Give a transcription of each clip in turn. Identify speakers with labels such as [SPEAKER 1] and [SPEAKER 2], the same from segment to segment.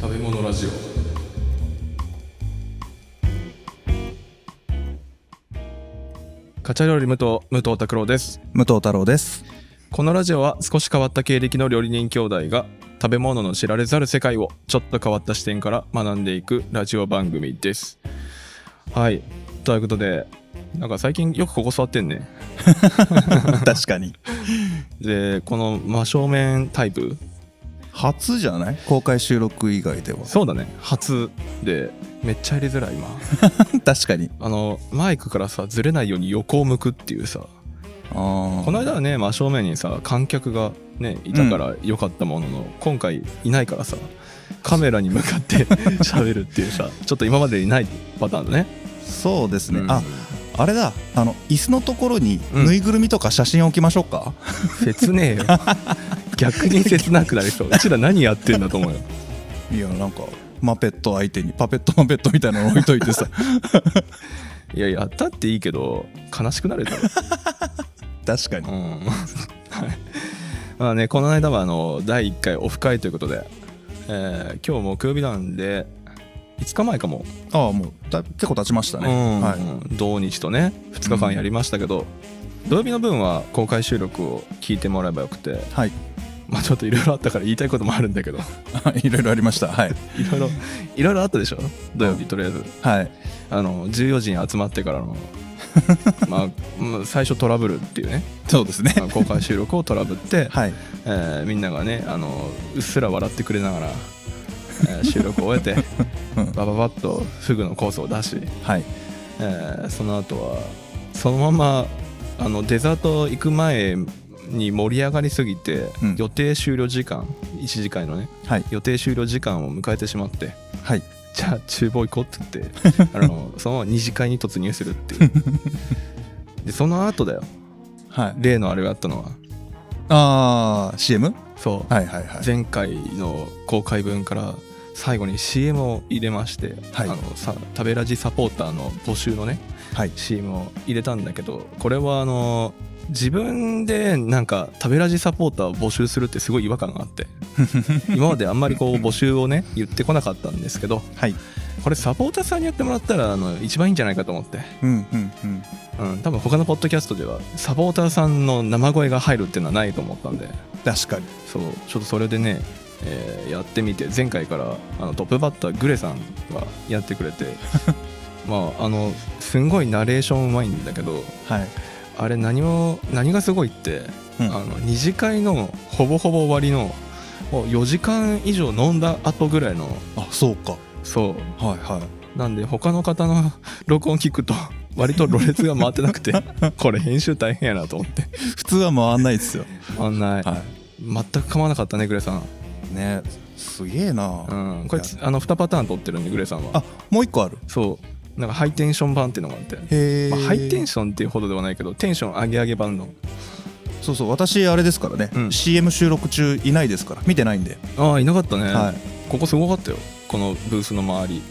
[SPEAKER 1] ジオカチャ料理武藤武藤拓郎です
[SPEAKER 2] 武藤太郎 です。
[SPEAKER 1] このラジオは少し変わった経歴の料理人兄弟が食べ物の知られざる世界をちょっと変わった視点から学んでいくラジオ番組ですはいということでなんか最近よくここ座ってんね
[SPEAKER 2] 確かに。
[SPEAKER 1] でこの真正面タイプ
[SPEAKER 2] 初じゃない公開収録以外では。
[SPEAKER 1] そうだね初でめっちゃ入れづらい今
[SPEAKER 2] 確かに。
[SPEAKER 1] あのマイクからさずれないように横を向くっていうさ
[SPEAKER 2] ああ。
[SPEAKER 1] この間はね真正面にさ観客がねいたから良かったものの、今回いないからさカメラに向かって 喋るっていうさちょっと今までにないパターンだね、
[SPEAKER 2] そうですね。
[SPEAKER 1] うん
[SPEAKER 2] あ、あれだ。あの、椅子のところに
[SPEAKER 1] うん
[SPEAKER 2] ぬいぐるみとか写真置きましょうか。
[SPEAKER 1] 切ねえよ逆に切なくなりそううちら何やってんだと思うよ
[SPEAKER 2] いや、なんか、マペット相手にパペットマペットみたいなの置いといて さ。
[SPEAKER 1] いややったっていいけど悲しくなるだろ
[SPEAKER 2] 確かに
[SPEAKER 1] う。ん はいまあねこの間はあの第1回オフ会ということで、えー今日木曜日なんで5日前かも、
[SPEAKER 2] ああ、もうだいぶ結構経ちましたね。
[SPEAKER 1] うん
[SPEAKER 2] はい。
[SPEAKER 1] 同日とね2日間やりましたけど、土曜日の分は公開収録を聞いてもらえばよくて
[SPEAKER 2] はい。
[SPEAKER 1] まあちょっといろいろあったから言いたいこともあるんだけど
[SPEAKER 2] い ろいろありました。はい。
[SPEAKER 1] いろいろいろいろあったでしょ土曜日とりあえず
[SPEAKER 2] はい。
[SPEAKER 1] あの14時に集まってから のまあまあ最初トラブルっていうね、
[SPEAKER 2] そうですね。
[SPEAKER 1] まあ公開収録をトラブって、
[SPEAKER 2] はい。
[SPEAKER 1] えーみんながねあのうっすら笑ってくれながら、えー収録を終えて
[SPEAKER 2] うん
[SPEAKER 1] バババッとフグのコースを出し、
[SPEAKER 2] はい。
[SPEAKER 1] えーその後はそのままあのデザート行く前に盛り上がりすぎて、
[SPEAKER 2] うん
[SPEAKER 1] 予定終了時間1次会のね
[SPEAKER 2] はい。
[SPEAKER 1] 予定終了時間を迎えてしまって
[SPEAKER 2] はい。
[SPEAKER 1] じゃあ厨房行こうって言って あのそのまま2次会に突入するっていうでその後だよ
[SPEAKER 2] はい。
[SPEAKER 1] 例のあれがあったのは
[SPEAKER 2] ああ、CM?
[SPEAKER 1] そう、
[SPEAKER 2] はいはいはい。
[SPEAKER 1] 前回の公開分から最後に CM を入れまして、
[SPEAKER 2] はい
[SPEAKER 1] あのさ食べラジサポーターの募集のね
[SPEAKER 2] はい。
[SPEAKER 1] CM を入れたんだけどこれはあの自分でなんか食べラジサポーターを募集するってすごい違和感があって今まであんまりこう募集をね言ってこなかったんですけど
[SPEAKER 2] はい。
[SPEAKER 1] これサポーターさんにやってもらったらあの一番いいんじゃないかと思って、
[SPEAKER 2] うんうんうん。
[SPEAKER 1] うん、多分他のポッドキャストではサポーターさんの生声が入るっていうのはないと思ったんで
[SPEAKER 2] 確かに。
[SPEAKER 1] そうちょっとそれでね、えーやってみて前回からあのトップバッターグレさんがやってくれてまああのすんごいナレーションうまいんだけど
[SPEAKER 2] はい。
[SPEAKER 1] あれ何を何がすごいって、
[SPEAKER 2] うん
[SPEAKER 1] あの二次会のほぼほぼ終わりのもう4時間以上飲んだ後ぐらいの
[SPEAKER 2] あ、そうか。
[SPEAKER 1] そ
[SPEAKER 2] はいは
[SPEAKER 1] うなんで他の方の 録音聞くと 割とろれつが回ってなくて これ編集大変やなと思って
[SPEAKER 2] い。普通は回んないですよ。
[SPEAKER 1] あんない
[SPEAKER 2] は
[SPEAKER 1] 全く噛まなかったねグレさん
[SPEAKER 2] い。ねすげえな、
[SPEAKER 1] うん、これつあの2パターン撮ってるんでグレさんは
[SPEAKER 2] あ、もう一個ある。
[SPEAKER 1] そうなんかハイテンション版っていうのがあって、
[SPEAKER 2] へえ、
[SPEAKER 1] まあ、ハイテンションっていうほどではないけどテンション上げ上げ版の
[SPEAKER 2] そうそう、私あれですからね、
[SPEAKER 1] うん
[SPEAKER 2] CM 収録中いないですから、見てないんで。
[SPEAKER 1] ああいなかったね、
[SPEAKER 2] はい
[SPEAKER 1] ここすごかったよこのブースの周り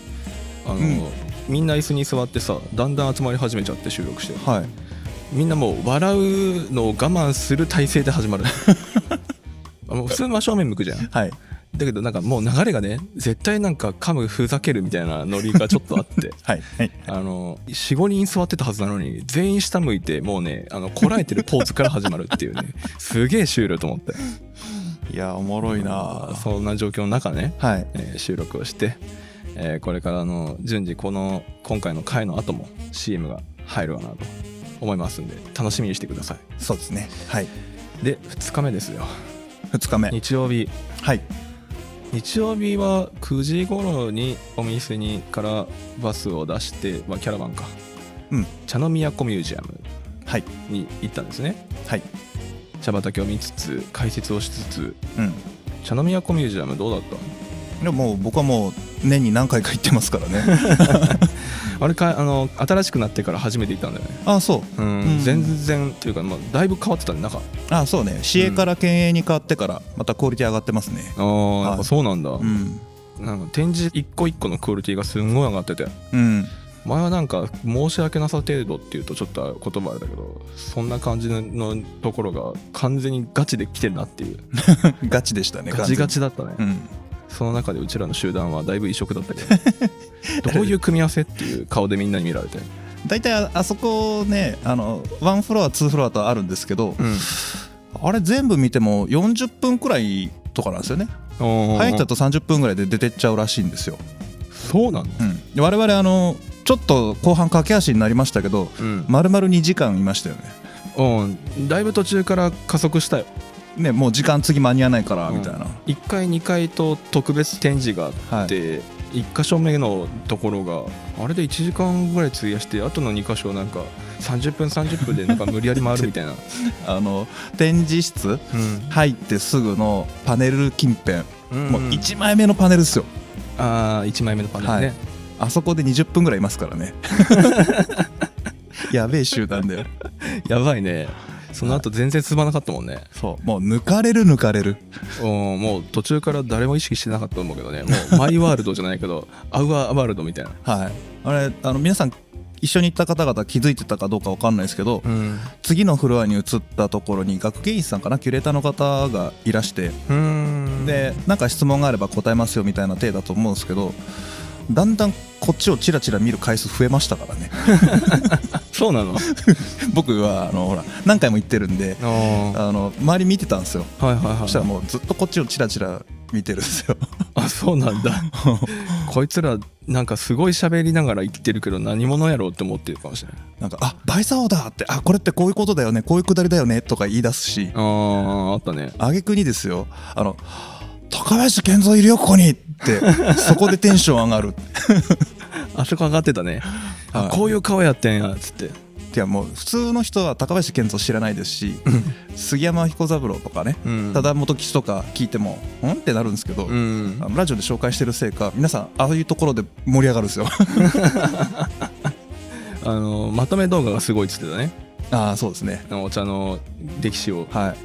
[SPEAKER 1] あの、
[SPEAKER 2] うん
[SPEAKER 1] みんな椅子に座ってさだんだん集まり始めちゃって収録して
[SPEAKER 2] はい。
[SPEAKER 1] みんなもう笑うのを我慢する体勢で始ま るあの普通真正面向くじゃん
[SPEAKER 2] はい。
[SPEAKER 1] だけどなんかもう流れがね絶対なんか噛むふざけるみたいなノリがちょっとあって
[SPEAKER 2] はい。はい。
[SPEAKER 1] あの45人座ってたはずなのに全員下向いてもうねあのこらえてるポーズから始まるっていうねすげえ終了と思って
[SPEAKER 2] いや、おもろい
[SPEAKER 1] あ
[SPEAKER 2] な
[SPEAKER 1] そんな状況の中ね、
[SPEAKER 2] はい。
[SPEAKER 1] えー収録をして、えーこれからの順次この今回の回の後も CM が入るかなと思いますんで楽しみにしてください
[SPEAKER 2] そうですね。はい。
[SPEAKER 1] で2日目ですよ
[SPEAKER 2] 二日目。
[SPEAKER 1] 日曜日
[SPEAKER 2] はい。
[SPEAKER 1] 日曜日は9時頃にお店にからバスを出して、まあ、キャラバンか
[SPEAKER 2] うん。
[SPEAKER 1] 茶の都ミュージアム
[SPEAKER 2] はい。
[SPEAKER 1] に行ったんですね
[SPEAKER 2] はい。
[SPEAKER 1] 茶畑を見つつ解説をしつつ
[SPEAKER 2] うん。
[SPEAKER 1] 茶の都ミュージアムどうだっ
[SPEAKER 2] でももう僕はもう年に何回か行ってますからね。
[SPEAKER 1] たあれかあの新しくなってから初めて行ったんだよね
[SPEAKER 2] あ、そう。
[SPEAKER 1] うん、
[SPEAKER 2] うん
[SPEAKER 1] 全然というか、まあ、だいぶ変わってたね中
[SPEAKER 2] あ、そうね。市営
[SPEAKER 1] うん
[SPEAKER 2] から県営に変わってから、またクオリティ上がってますね。
[SPEAKER 1] ああ、やっぱそうなんだ、
[SPEAKER 2] うん。
[SPEAKER 1] なんか展示一個一個のクオリティがすんごい上がってて
[SPEAKER 2] うん。
[SPEAKER 1] 前はなんか申し訳なさ程度っていうとちょっと言葉あれだけどそんな感じのところが完全にガチで来てるなっていう
[SPEAKER 2] ガチでしたね。
[SPEAKER 1] ガチガ
[SPEAKER 2] チ。
[SPEAKER 1] チだったね、
[SPEAKER 2] うん。
[SPEAKER 1] その中でうちらの集団はだいぶ異色だったけ どどういう組み合わせっていう顔でみんなに見られて、
[SPEAKER 2] 大体ああそこねあの1フロア2フロアとあるんですけど、あれ全部見ても40分くらいとかなんですよね
[SPEAKER 1] 入
[SPEAKER 2] 入ったと30分ぐらいで出てっちゃうらしいんですよ、
[SPEAKER 1] そうなの、
[SPEAKER 2] うん、で我々あのちょっと後半駆け足になりましたけど
[SPEAKER 1] うん
[SPEAKER 2] 丸々2時間いましたよね
[SPEAKER 1] うん、だいぶ途中から加速したよ
[SPEAKER 2] ねもう時間次間に合わないから
[SPEAKER 1] うん
[SPEAKER 2] みたいな、
[SPEAKER 1] 1階2階と特別展示があって、1箇所目のところがあれで1時間ぐらい費やしてあとの2箇所なんか30分30分でなんか無理やり回るみたいな、
[SPEAKER 2] あの展示室入ってすぐのパネル近辺、
[SPEAKER 1] うん
[SPEAKER 2] もう1枚目のパネルですよ
[SPEAKER 1] ああ1枚目のパネルね、
[SPEAKER 2] はいあそこで20分ぐらいいますからね やべえ集団だよ
[SPEAKER 1] やばいねその後全然進まなかったもんね、
[SPEAKER 2] そうもう抜かれる抜かれる
[SPEAKER 1] うんもう途中から誰も意識してなかったと思うけどねもうマイワールドじゃないけど アウアーワールドみたいな、
[SPEAKER 2] はいあれあの皆さん一緒に行った方々気づいてたかどうかわかんないですけど、
[SPEAKER 1] ん、
[SPEAKER 2] 次のフロアに移ったところに学芸員さんかなキュレーターの方がいらして
[SPEAKER 1] うん
[SPEAKER 2] でなんか質問があれば答えますよみたいな体だと思うんですけどだんだんこっちをチラチラ見る回数増えましたからね
[SPEAKER 1] そう なの
[SPEAKER 2] 僕はあのほら何回も行ってるんで
[SPEAKER 1] あー
[SPEAKER 2] あの周り見てたんですよ
[SPEAKER 1] はいはいは
[SPEAKER 2] そ
[SPEAKER 1] い
[SPEAKER 2] したらもうずっとこっちをチラチラ見てるんですよ
[SPEAKER 1] あそうなん だこいつらなんかすごい喋りながら生きてるけど何者やろうって思ってるかもしれない
[SPEAKER 2] なんか「あ大作王だ!」って「あこれってこういうことだよねこういうくだりだよね」とか言い出すし
[SPEAKER 1] あーあったね
[SPEAKER 2] 挙句にですよ「あの高林健三いるよここに!」って そこでテンション上がる
[SPEAKER 1] あそこ上がってたね、あ
[SPEAKER 2] はい
[SPEAKER 1] こういう顔やってんやつって
[SPEAKER 2] いやもう普通の人は高林健三知らないですし杉山彦三郎とかね
[SPEAKER 1] うん
[SPEAKER 2] 多田元吉とか聞いても「うん?」ってなるんですけど、
[SPEAKER 1] うん
[SPEAKER 2] あのラジオで紹介してるせいか皆さんああいうところで盛り上がるんですよ
[SPEAKER 1] あのまとめ動画がすごいっつってたね
[SPEAKER 2] ああそうですね
[SPEAKER 1] あのお茶の歴史を
[SPEAKER 2] はい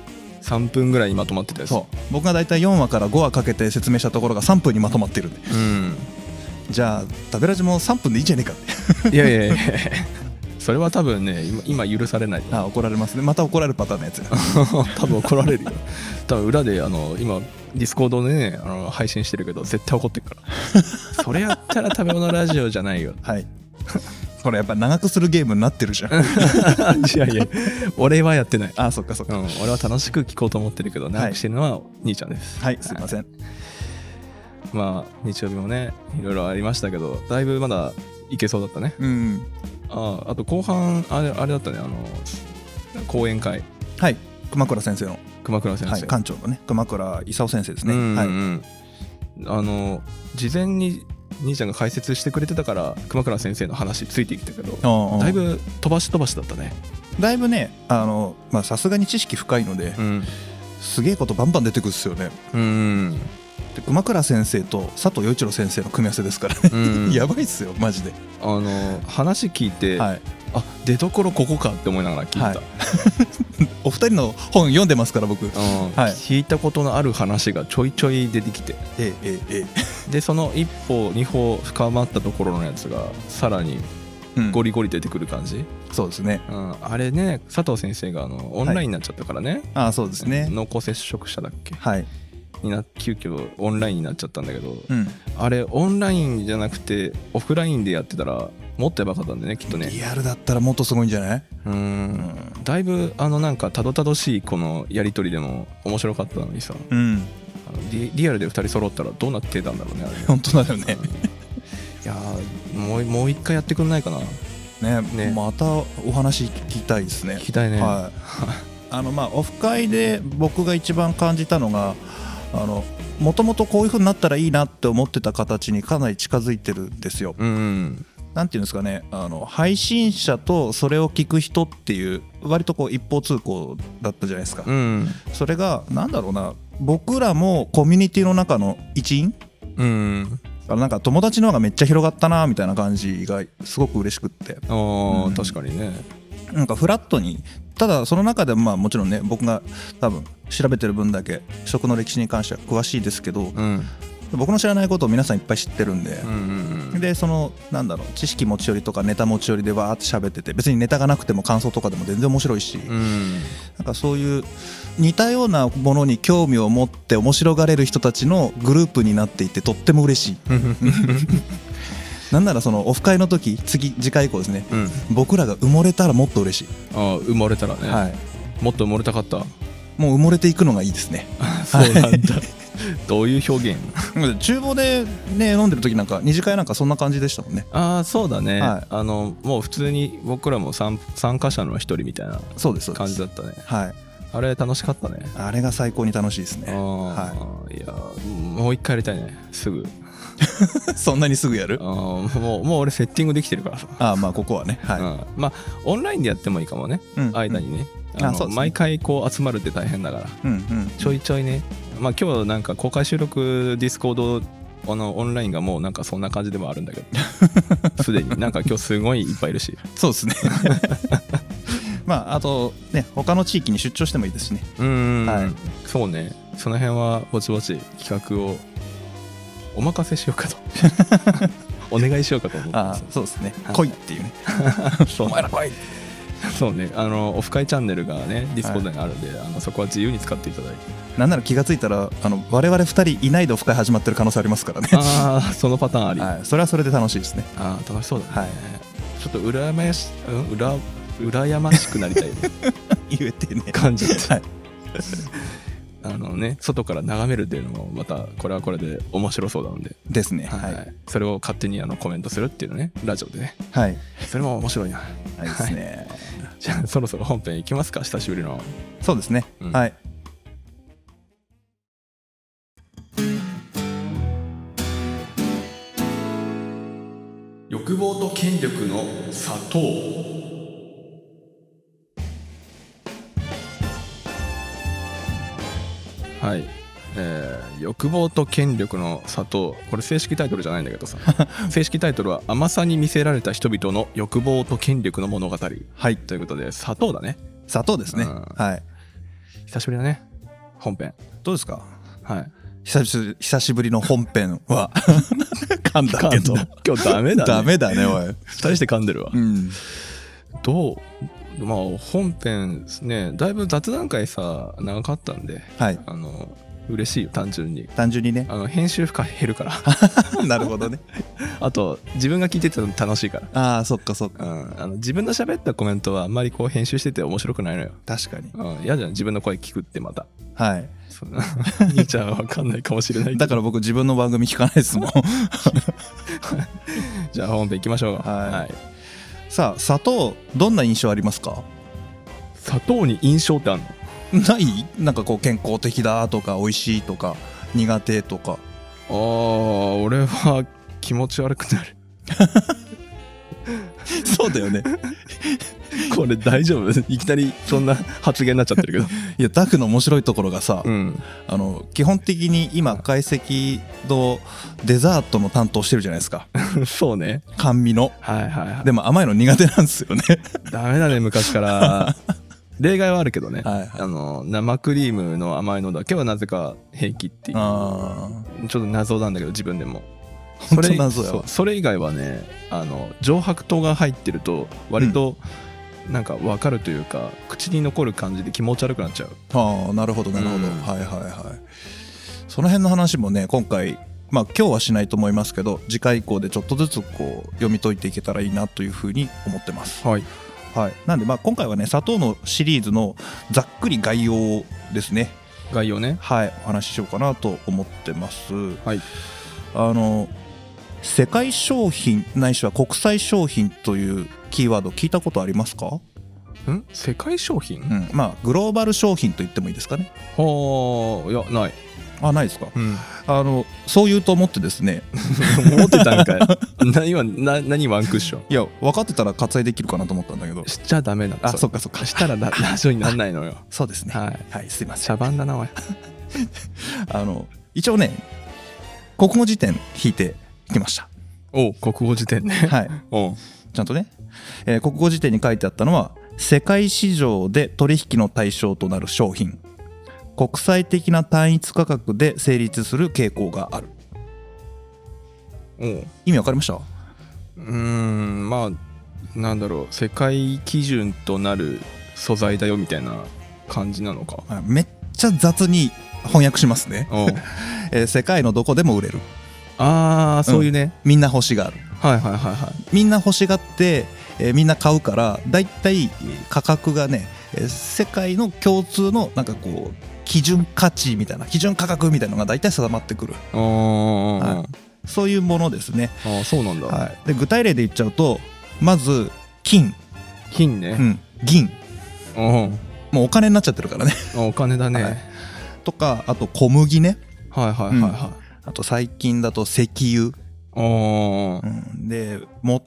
[SPEAKER 1] 3分ぐらいにまとまってたやつ
[SPEAKER 2] そう僕が大体4話から5話かけて説明したところが3分にまとまってるんで
[SPEAKER 1] うん
[SPEAKER 2] じゃあ食べラジも3分でいいじゃねえかって
[SPEAKER 1] いやいやいやいや それは多分ね今今許されない
[SPEAKER 2] ああ怒られますねまた怒られるパターンのやつ
[SPEAKER 1] 多分怒られるよ多分裏であの今ディスコードでねあの配信してるけど絶対怒ってるから それやったら食べ物ラジオじゃないよ
[SPEAKER 2] はい これやっぱ長くするゲームになってるじゃん
[SPEAKER 1] いやいや 俺はやってない、
[SPEAKER 2] ああそっかそっ
[SPEAKER 1] う
[SPEAKER 2] か、
[SPEAKER 1] ん、俺は楽しく聞こうと思ってるけど長くしてるのは兄ちゃんです、
[SPEAKER 2] はいすいません
[SPEAKER 1] まあ日曜日もねいろいろありましたけどだいぶまだいけそうだったね
[SPEAKER 2] うん
[SPEAKER 1] あああと後半あれあれだったねあの講演会
[SPEAKER 2] はい熊倉先生の、
[SPEAKER 1] 熊倉先生、
[SPEAKER 2] はい、館長のね熊倉功先生ですね、
[SPEAKER 1] うんうんう
[SPEAKER 2] はい、
[SPEAKER 1] んあの事前に兄ちゃんが解説してくれてたから熊倉先生の話ついてきたけど
[SPEAKER 2] ああ
[SPEAKER 1] だいぶ飛ばし飛ばしだったね、
[SPEAKER 2] だいぶねあのまあさすがに知識深いので、
[SPEAKER 1] ん
[SPEAKER 2] すげえことバンバン出てくるっすよね
[SPEAKER 1] うん
[SPEAKER 2] で熊倉先生と佐藤与一郎先生の組み合わせですからね、
[SPEAKER 1] うん
[SPEAKER 2] やば いっすよマジで、
[SPEAKER 1] あの話聞いて、
[SPEAKER 2] はい、
[SPEAKER 1] あ出どころここかって思いながら聞いた、
[SPEAKER 2] はお二人の本読んでますから僕え
[SPEAKER 1] うん
[SPEAKER 2] はい
[SPEAKER 1] 聞いたことのある話がちょいちょい出てきて
[SPEAKER 2] ええええ
[SPEAKER 1] でその一歩二歩深まったところのやつがさらに
[SPEAKER 2] え、
[SPEAKER 1] ゴリゴリ出てくる感じ、
[SPEAKER 2] そうですね
[SPEAKER 1] うんあれね佐藤先生があのオンラインになっちゃったからね、
[SPEAKER 2] ああそうですね
[SPEAKER 1] 濃厚接触者だっけ
[SPEAKER 2] はい、
[SPEAKER 1] にな急遽オンラインになっちゃったんだけど、
[SPEAKER 2] うん、
[SPEAKER 1] あれオンラインじゃなくてオフラインでやってたらもっとやばかったんだよねきっとね
[SPEAKER 2] リアルだったらもっとすごいんじゃない、
[SPEAKER 1] うー
[SPEAKER 2] うんん
[SPEAKER 1] だいぶあのなんかたどたどしいこのやり取りでも面白かったのにさ
[SPEAKER 2] うん、
[SPEAKER 1] あのリリアルで2人揃ったらどうなってたんだろうねあれね
[SPEAKER 2] 本当だよね
[SPEAKER 1] いやーもうもう一回やってくんないかな
[SPEAKER 2] ね
[SPEAKER 1] ね
[SPEAKER 2] またお話聞きたいですね
[SPEAKER 1] 聞きたいね、
[SPEAKER 2] はい、 あのまあオフ会で僕が一番感じたのがあのもともとこういう風になったらいいなって思ってた形にかなり近づいてるんですよ。
[SPEAKER 1] うんうん
[SPEAKER 2] なんていうんですかねあの配信者とそれを聞く人っていう割とこう一方通行だったじゃないですか。
[SPEAKER 1] うん
[SPEAKER 2] それがなんだろうな僕らもコミュニティの中の一員
[SPEAKER 1] うん
[SPEAKER 2] あなんか友達の方がめっちゃ広がったなみたいな感じがすごく嬉しくって
[SPEAKER 1] あー、
[SPEAKER 2] うん
[SPEAKER 1] 確かにね
[SPEAKER 2] なんかフラットにただその中でもまあもちろんね僕が多分調べてる分だけ食の歴史に関しては詳しいですけど
[SPEAKER 1] うん
[SPEAKER 2] 僕の知らないことを皆さんいっぱい知ってるんで
[SPEAKER 1] うんう、んうん
[SPEAKER 2] でそのなんだろう知識持ち寄りとかネタ持ち寄りでわーって喋ってて別にネタがなくても感想とかでも全然面白いし、
[SPEAKER 1] うん
[SPEAKER 2] なんかそういう似たようなものに興味を持って面白がれる人たちのグループになっていてとっても嬉しいなんならそのオフ会の時次次回以降ですね
[SPEAKER 1] うん、
[SPEAKER 2] 僕らが埋もれたらもっと嬉しい、
[SPEAKER 1] ああ埋もれたらね、
[SPEAKER 2] はい、
[SPEAKER 1] もっと埋もれたかった
[SPEAKER 2] もう埋もれていくのがいいです ね
[SPEAKER 1] そうなんだ どういう表現
[SPEAKER 2] 厨房でね飲んでる時なんか二次会なんかそんな感じでしたもんね
[SPEAKER 1] ああそうだね、
[SPEAKER 2] はい
[SPEAKER 1] あのもう普通に僕らも参参加者の一人みたいな
[SPEAKER 2] そうですそうです
[SPEAKER 1] 感じだったね
[SPEAKER 2] はい
[SPEAKER 1] あれ楽しかったね
[SPEAKER 2] あれが最高に楽しいですね
[SPEAKER 1] ああ、い、やもう一回やりたいねすぐ
[SPEAKER 2] そんなにすぐやる
[SPEAKER 1] ああもうもう俺セッティングできてるからさ、
[SPEAKER 2] ああまあここはねはい、
[SPEAKER 1] うん、まあオンラインでやってもいいかもね、
[SPEAKER 2] うん
[SPEAKER 1] 間にね
[SPEAKER 2] うん
[SPEAKER 1] あ
[SPEAKER 2] あ
[SPEAKER 1] の
[SPEAKER 2] そうですね
[SPEAKER 1] 毎回こう集まるって大変だから
[SPEAKER 2] うんうん
[SPEAKER 1] ちょいちょいねまあ今日なんか公開収録ディスコードあのオンラインがもうなんかそんな感じでもあるんだけ どすでになんか今日すごいいっぱいいるし
[SPEAKER 2] そう ですねまああとね他の地域に出張してもいいですしね
[SPEAKER 1] うーん、
[SPEAKER 2] はい
[SPEAKER 1] そうねその辺はぼちぼち企画をお任せしようかと お願いしようかと思って
[SPEAKER 2] あ
[SPEAKER 1] ます
[SPEAKER 2] あそうですね
[SPEAKER 1] はい
[SPEAKER 2] 来いっていうね
[SPEAKER 1] そう
[SPEAKER 2] お前ら来い
[SPEAKER 1] そうねあのオフ会チャンネルがねディスコードにあるんで、あのそこは自由に使っていただいて
[SPEAKER 2] なんなら気がついたらあの我々二人いないでオフ会始まってる可能性ありますからね
[SPEAKER 1] ああそのパターンあり、
[SPEAKER 2] はい、それはそれで楽しいですね
[SPEAKER 1] ああ楽しそうだね、
[SPEAKER 2] はい
[SPEAKER 1] ちょっと羨まし、うん、うら羨ましくなりたい
[SPEAKER 2] 言えてね
[SPEAKER 1] 感じです
[SPEAKER 2] はい
[SPEAKER 1] あのね外から眺めるっていうのもまたこれはこれで面白そうなので、
[SPEAKER 2] ですねはいはい、
[SPEAKER 1] それを勝手にあのコメントするっていうのねラジオでね
[SPEAKER 2] はい、
[SPEAKER 1] それも面白いな
[SPEAKER 2] ですね、
[SPEAKER 1] じゃあそろそろ本編行きますか久しぶりの
[SPEAKER 2] そうですね、
[SPEAKER 1] うん
[SPEAKER 2] はい
[SPEAKER 1] 欲望と権力の砂糖はい、えー欲望と権力の砂糖これ正式タイトルじゃないんだけどさ 正式タイトルは「甘さに魅せられた人々の欲望と権力の物語」という
[SPEAKER 2] はい
[SPEAKER 1] ことで砂糖だね
[SPEAKER 2] 砂糖ですね、
[SPEAKER 1] うん
[SPEAKER 2] はい
[SPEAKER 1] 久しぶりだね本編
[SPEAKER 2] どうですか
[SPEAKER 1] はい
[SPEAKER 2] 久しぶり久しぶりの本編は噛んだけど
[SPEAKER 1] 今日ダメだね
[SPEAKER 2] ダメだねおい、
[SPEAKER 1] 2人して噛んでるわ
[SPEAKER 2] うん、
[SPEAKER 1] どうまあ本編ねだいぶ雑談会さ長かったんで
[SPEAKER 2] はい
[SPEAKER 1] あの嬉しいよ単純に
[SPEAKER 2] 単純にね
[SPEAKER 1] あの編集負荷減る から
[SPEAKER 2] なるほどね
[SPEAKER 1] あと自分が聞いてて楽しいから、
[SPEAKER 2] ああそっかそっ
[SPEAKER 1] う
[SPEAKER 2] か
[SPEAKER 1] ん、あの自分の喋ったコメントはあんまりこう編集してて面白くないのよ
[SPEAKER 2] 確かに
[SPEAKER 1] うん嫌、じゃん自分の声聞くってまた
[SPEAKER 2] はい
[SPEAKER 1] そ んな兄ちゃんは分かんないかもしれないけど
[SPEAKER 2] だから僕自分の番組聞かないですも ん
[SPEAKER 1] じゃあ本編いきましょう
[SPEAKER 2] はい
[SPEAKER 1] はい、
[SPEAKER 2] さあ砂糖どんな印象ありますか
[SPEAKER 1] 砂糖に印象ってあるの
[SPEAKER 2] ないなんかこう健康的だとか美味しいとか苦手と か
[SPEAKER 1] ああ俺は気持ち悪くなる
[SPEAKER 2] そうだよね
[SPEAKER 1] これ大丈夫 いきなりそんな発言になっちゃって るけど
[SPEAKER 2] いやダフの面白いところがさ、
[SPEAKER 1] うん
[SPEAKER 2] あの基本的に今懐石堂デザートの担当してるじゃないですか
[SPEAKER 1] そうね。
[SPEAKER 2] 甘味の
[SPEAKER 1] はいはいはい。
[SPEAKER 2] でも甘いの苦手なんですよね
[SPEAKER 1] ダメだね、昔から。 例外はあるけどね。
[SPEAKER 2] はいはい
[SPEAKER 1] あの、生クリームの甘いのだけはなぜか平気っていう。
[SPEAKER 2] あ
[SPEAKER 1] ちょっと謎なんだけど、自分でも。
[SPEAKER 2] ほんと
[SPEAKER 1] そ
[SPEAKER 2] 謎や
[SPEAKER 1] れ
[SPEAKER 2] わ
[SPEAKER 1] そうそれ以外はね、あの、上白糖が入ってると、割と、なんかわかるというか、口に残る感じで気持ち悪くなっちゃう。
[SPEAKER 2] ああなるほどなるほど、
[SPEAKER 1] うん
[SPEAKER 2] はいはいはいその辺の話もね今回まあ今日はしないと思いますけど次回以降でちょっとずつこう読み解いていけたらいいなというふうに思ってます
[SPEAKER 1] はい。
[SPEAKER 2] はいなんでまあ今回はね砂糖のシリーズのざっくり概要をですね
[SPEAKER 1] 概要ね。
[SPEAKER 2] はいお話ししようかなと思ってます
[SPEAKER 1] はい。
[SPEAKER 2] あの世界商品ないしは国際商品というキーワード聞いたことありますか、
[SPEAKER 1] ん世界商品
[SPEAKER 2] うん、まあグローバル商品と言ってもいいですかね
[SPEAKER 1] はあ、いや、ない。
[SPEAKER 2] あないですか
[SPEAKER 1] うん。
[SPEAKER 2] あのそう言うと思ってですね
[SPEAKER 1] 思ってたんかい。 な今、な、何ワンクッション
[SPEAKER 2] いや分かってたら割愛できるかなと思ったんだけど
[SPEAKER 1] しちゃダメなの
[SPEAKER 2] あ
[SPEAKER 1] そう
[SPEAKER 2] そっかそっか
[SPEAKER 1] したらララジオになんないのよ
[SPEAKER 2] そうですね
[SPEAKER 1] はい
[SPEAKER 2] はいすいません
[SPEAKER 1] 茶番だなおい
[SPEAKER 2] あの一応ね国語辞典引いてきました
[SPEAKER 1] おう国語辞典ね
[SPEAKER 2] はい
[SPEAKER 1] おう
[SPEAKER 2] ちゃんとね、えー国語辞典に書いてあったのは世界市場で取引の対象となる商品国際的な単一価格で成立する傾向がある
[SPEAKER 1] おう
[SPEAKER 2] 意味わかりました
[SPEAKER 1] うーんまあなんだろう世界基準となる素材だよみたいな感じなのか。
[SPEAKER 2] あめっちゃ雑に翻訳しますね、
[SPEAKER 1] おう
[SPEAKER 2] えー世界のどこでも売れる
[SPEAKER 1] ああ、そういうね。
[SPEAKER 2] みんな欲しがる
[SPEAKER 1] はいはいはいはい。
[SPEAKER 2] みんな欲しがって、えーみんな買うからだいたい価格がね、えー世界の共通のなんかこう基準価値みたいな基準価格みたいなのが大体定まってくる
[SPEAKER 1] あー、
[SPEAKER 2] はいそういうものですね、
[SPEAKER 1] あーそうなんだ。
[SPEAKER 2] はい、で具体例で言っちゃうとまず金、
[SPEAKER 1] 金
[SPEAKER 2] う
[SPEAKER 1] ね。
[SPEAKER 2] ん、銀
[SPEAKER 1] うん、
[SPEAKER 2] もうお金になっちゃってるからね
[SPEAKER 1] お金だね。
[SPEAKER 2] はいとかあと小麦ね
[SPEAKER 1] はいはいはいはい。
[SPEAKER 2] あと最近だと石油、
[SPEAKER 1] あ
[SPEAKER 2] うん、で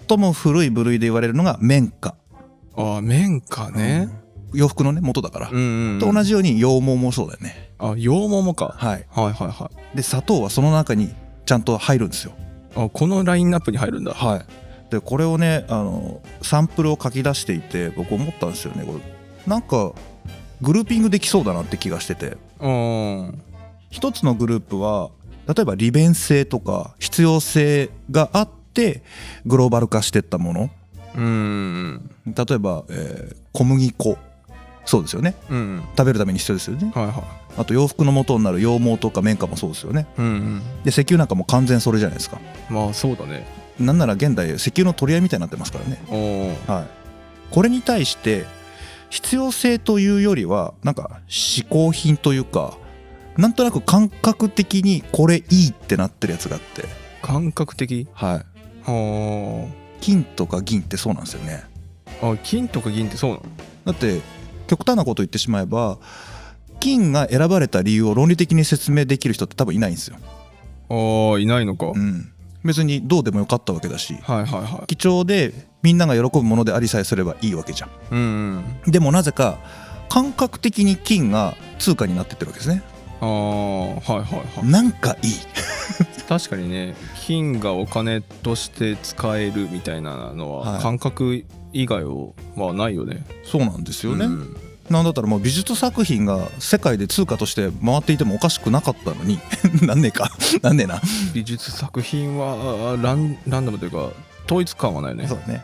[SPEAKER 2] 最も古い部類で言われるのが綿花、
[SPEAKER 1] ああ、綿花ね。
[SPEAKER 2] うん洋服のね元だから、
[SPEAKER 1] うん、うん。
[SPEAKER 2] と同
[SPEAKER 1] じ。
[SPEAKER 2] じように羊毛もそうだよね
[SPEAKER 1] あ、羊毛もか。
[SPEAKER 2] はい
[SPEAKER 1] はいはいは
[SPEAKER 2] で砂糖はその中にちゃんと入るんですよ
[SPEAKER 1] い。あ、このラインナップに入るんだ。
[SPEAKER 2] はいでこれをねあのサンプルを書き出していて僕思ったんですよねこれなんかグルーピングできそうだなって気がしてて
[SPEAKER 1] うん。
[SPEAKER 2] 一つのグループは例えば利便性とか必要性があってグローバル化してったもの
[SPEAKER 1] うん。
[SPEAKER 2] 例えば、えー小麦粉そうですよね
[SPEAKER 1] うん。
[SPEAKER 2] 食べるために必要ですよね
[SPEAKER 1] はいはい。
[SPEAKER 2] あと洋服の元になる羊毛とか綿花もそうですよね
[SPEAKER 1] うん、うん。
[SPEAKER 2] で石油なんかも完全それじゃないですか
[SPEAKER 1] まあそうだね。
[SPEAKER 2] なんなら現代石油の取り合いみたいになってますからね、
[SPEAKER 1] おー
[SPEAKER 2] はい、これに対して必要性というよりはなんか嗜好品というかなんとなく感覚的にこれいいってなってるやつがあって、
[SPEAKER 1] 感覚的。
[SPEAKER 2] はい、
[SPEAKER 1] あー
[SPEAKER 2] 金とか銀ってそうなんですよね
[SPEAKER 1] あ。金とか銀ってそうなの
[SPEAKER 2] だって極端なこと言ってしまえば金が選ばれた理由を論理的に説明できる人って多分いないんですよ、
[SPEAKER 1] ああいないのか、
[SPEAKER 2] うん、別にどうでもよかったわけだし
[SPEAKER 1] はいはいは
[SPEAKER 2] 貴重でみんなが喜ぶものでありさえすればいいわけじゃん
[SPEAKER 1] いうん
[SPEAKER 2] でもなぜか感覚的に金が通貨になってってるわけですね
[SPEAKER 1] ああーはいはいは
[SPEAKER 2] なんかいい
[SPEAKER 1] い確かにね金がお金として使えるみたいなのは、
[SPEAKER 2] はい
[SPEAKER 1] 感覚以外はないよね
[SPEAKER 2] そうなんですよね、
[SPEAKER 1] うん
[SPEAKER 2] なんだったらもう美術作品が世界で通貨として回っていてもおかしくなかったのに なんねえかなんねえな
[SPEAKER 1] 美術作品はあランランダムというか統一感はないね
[SPEAKER 2] そうね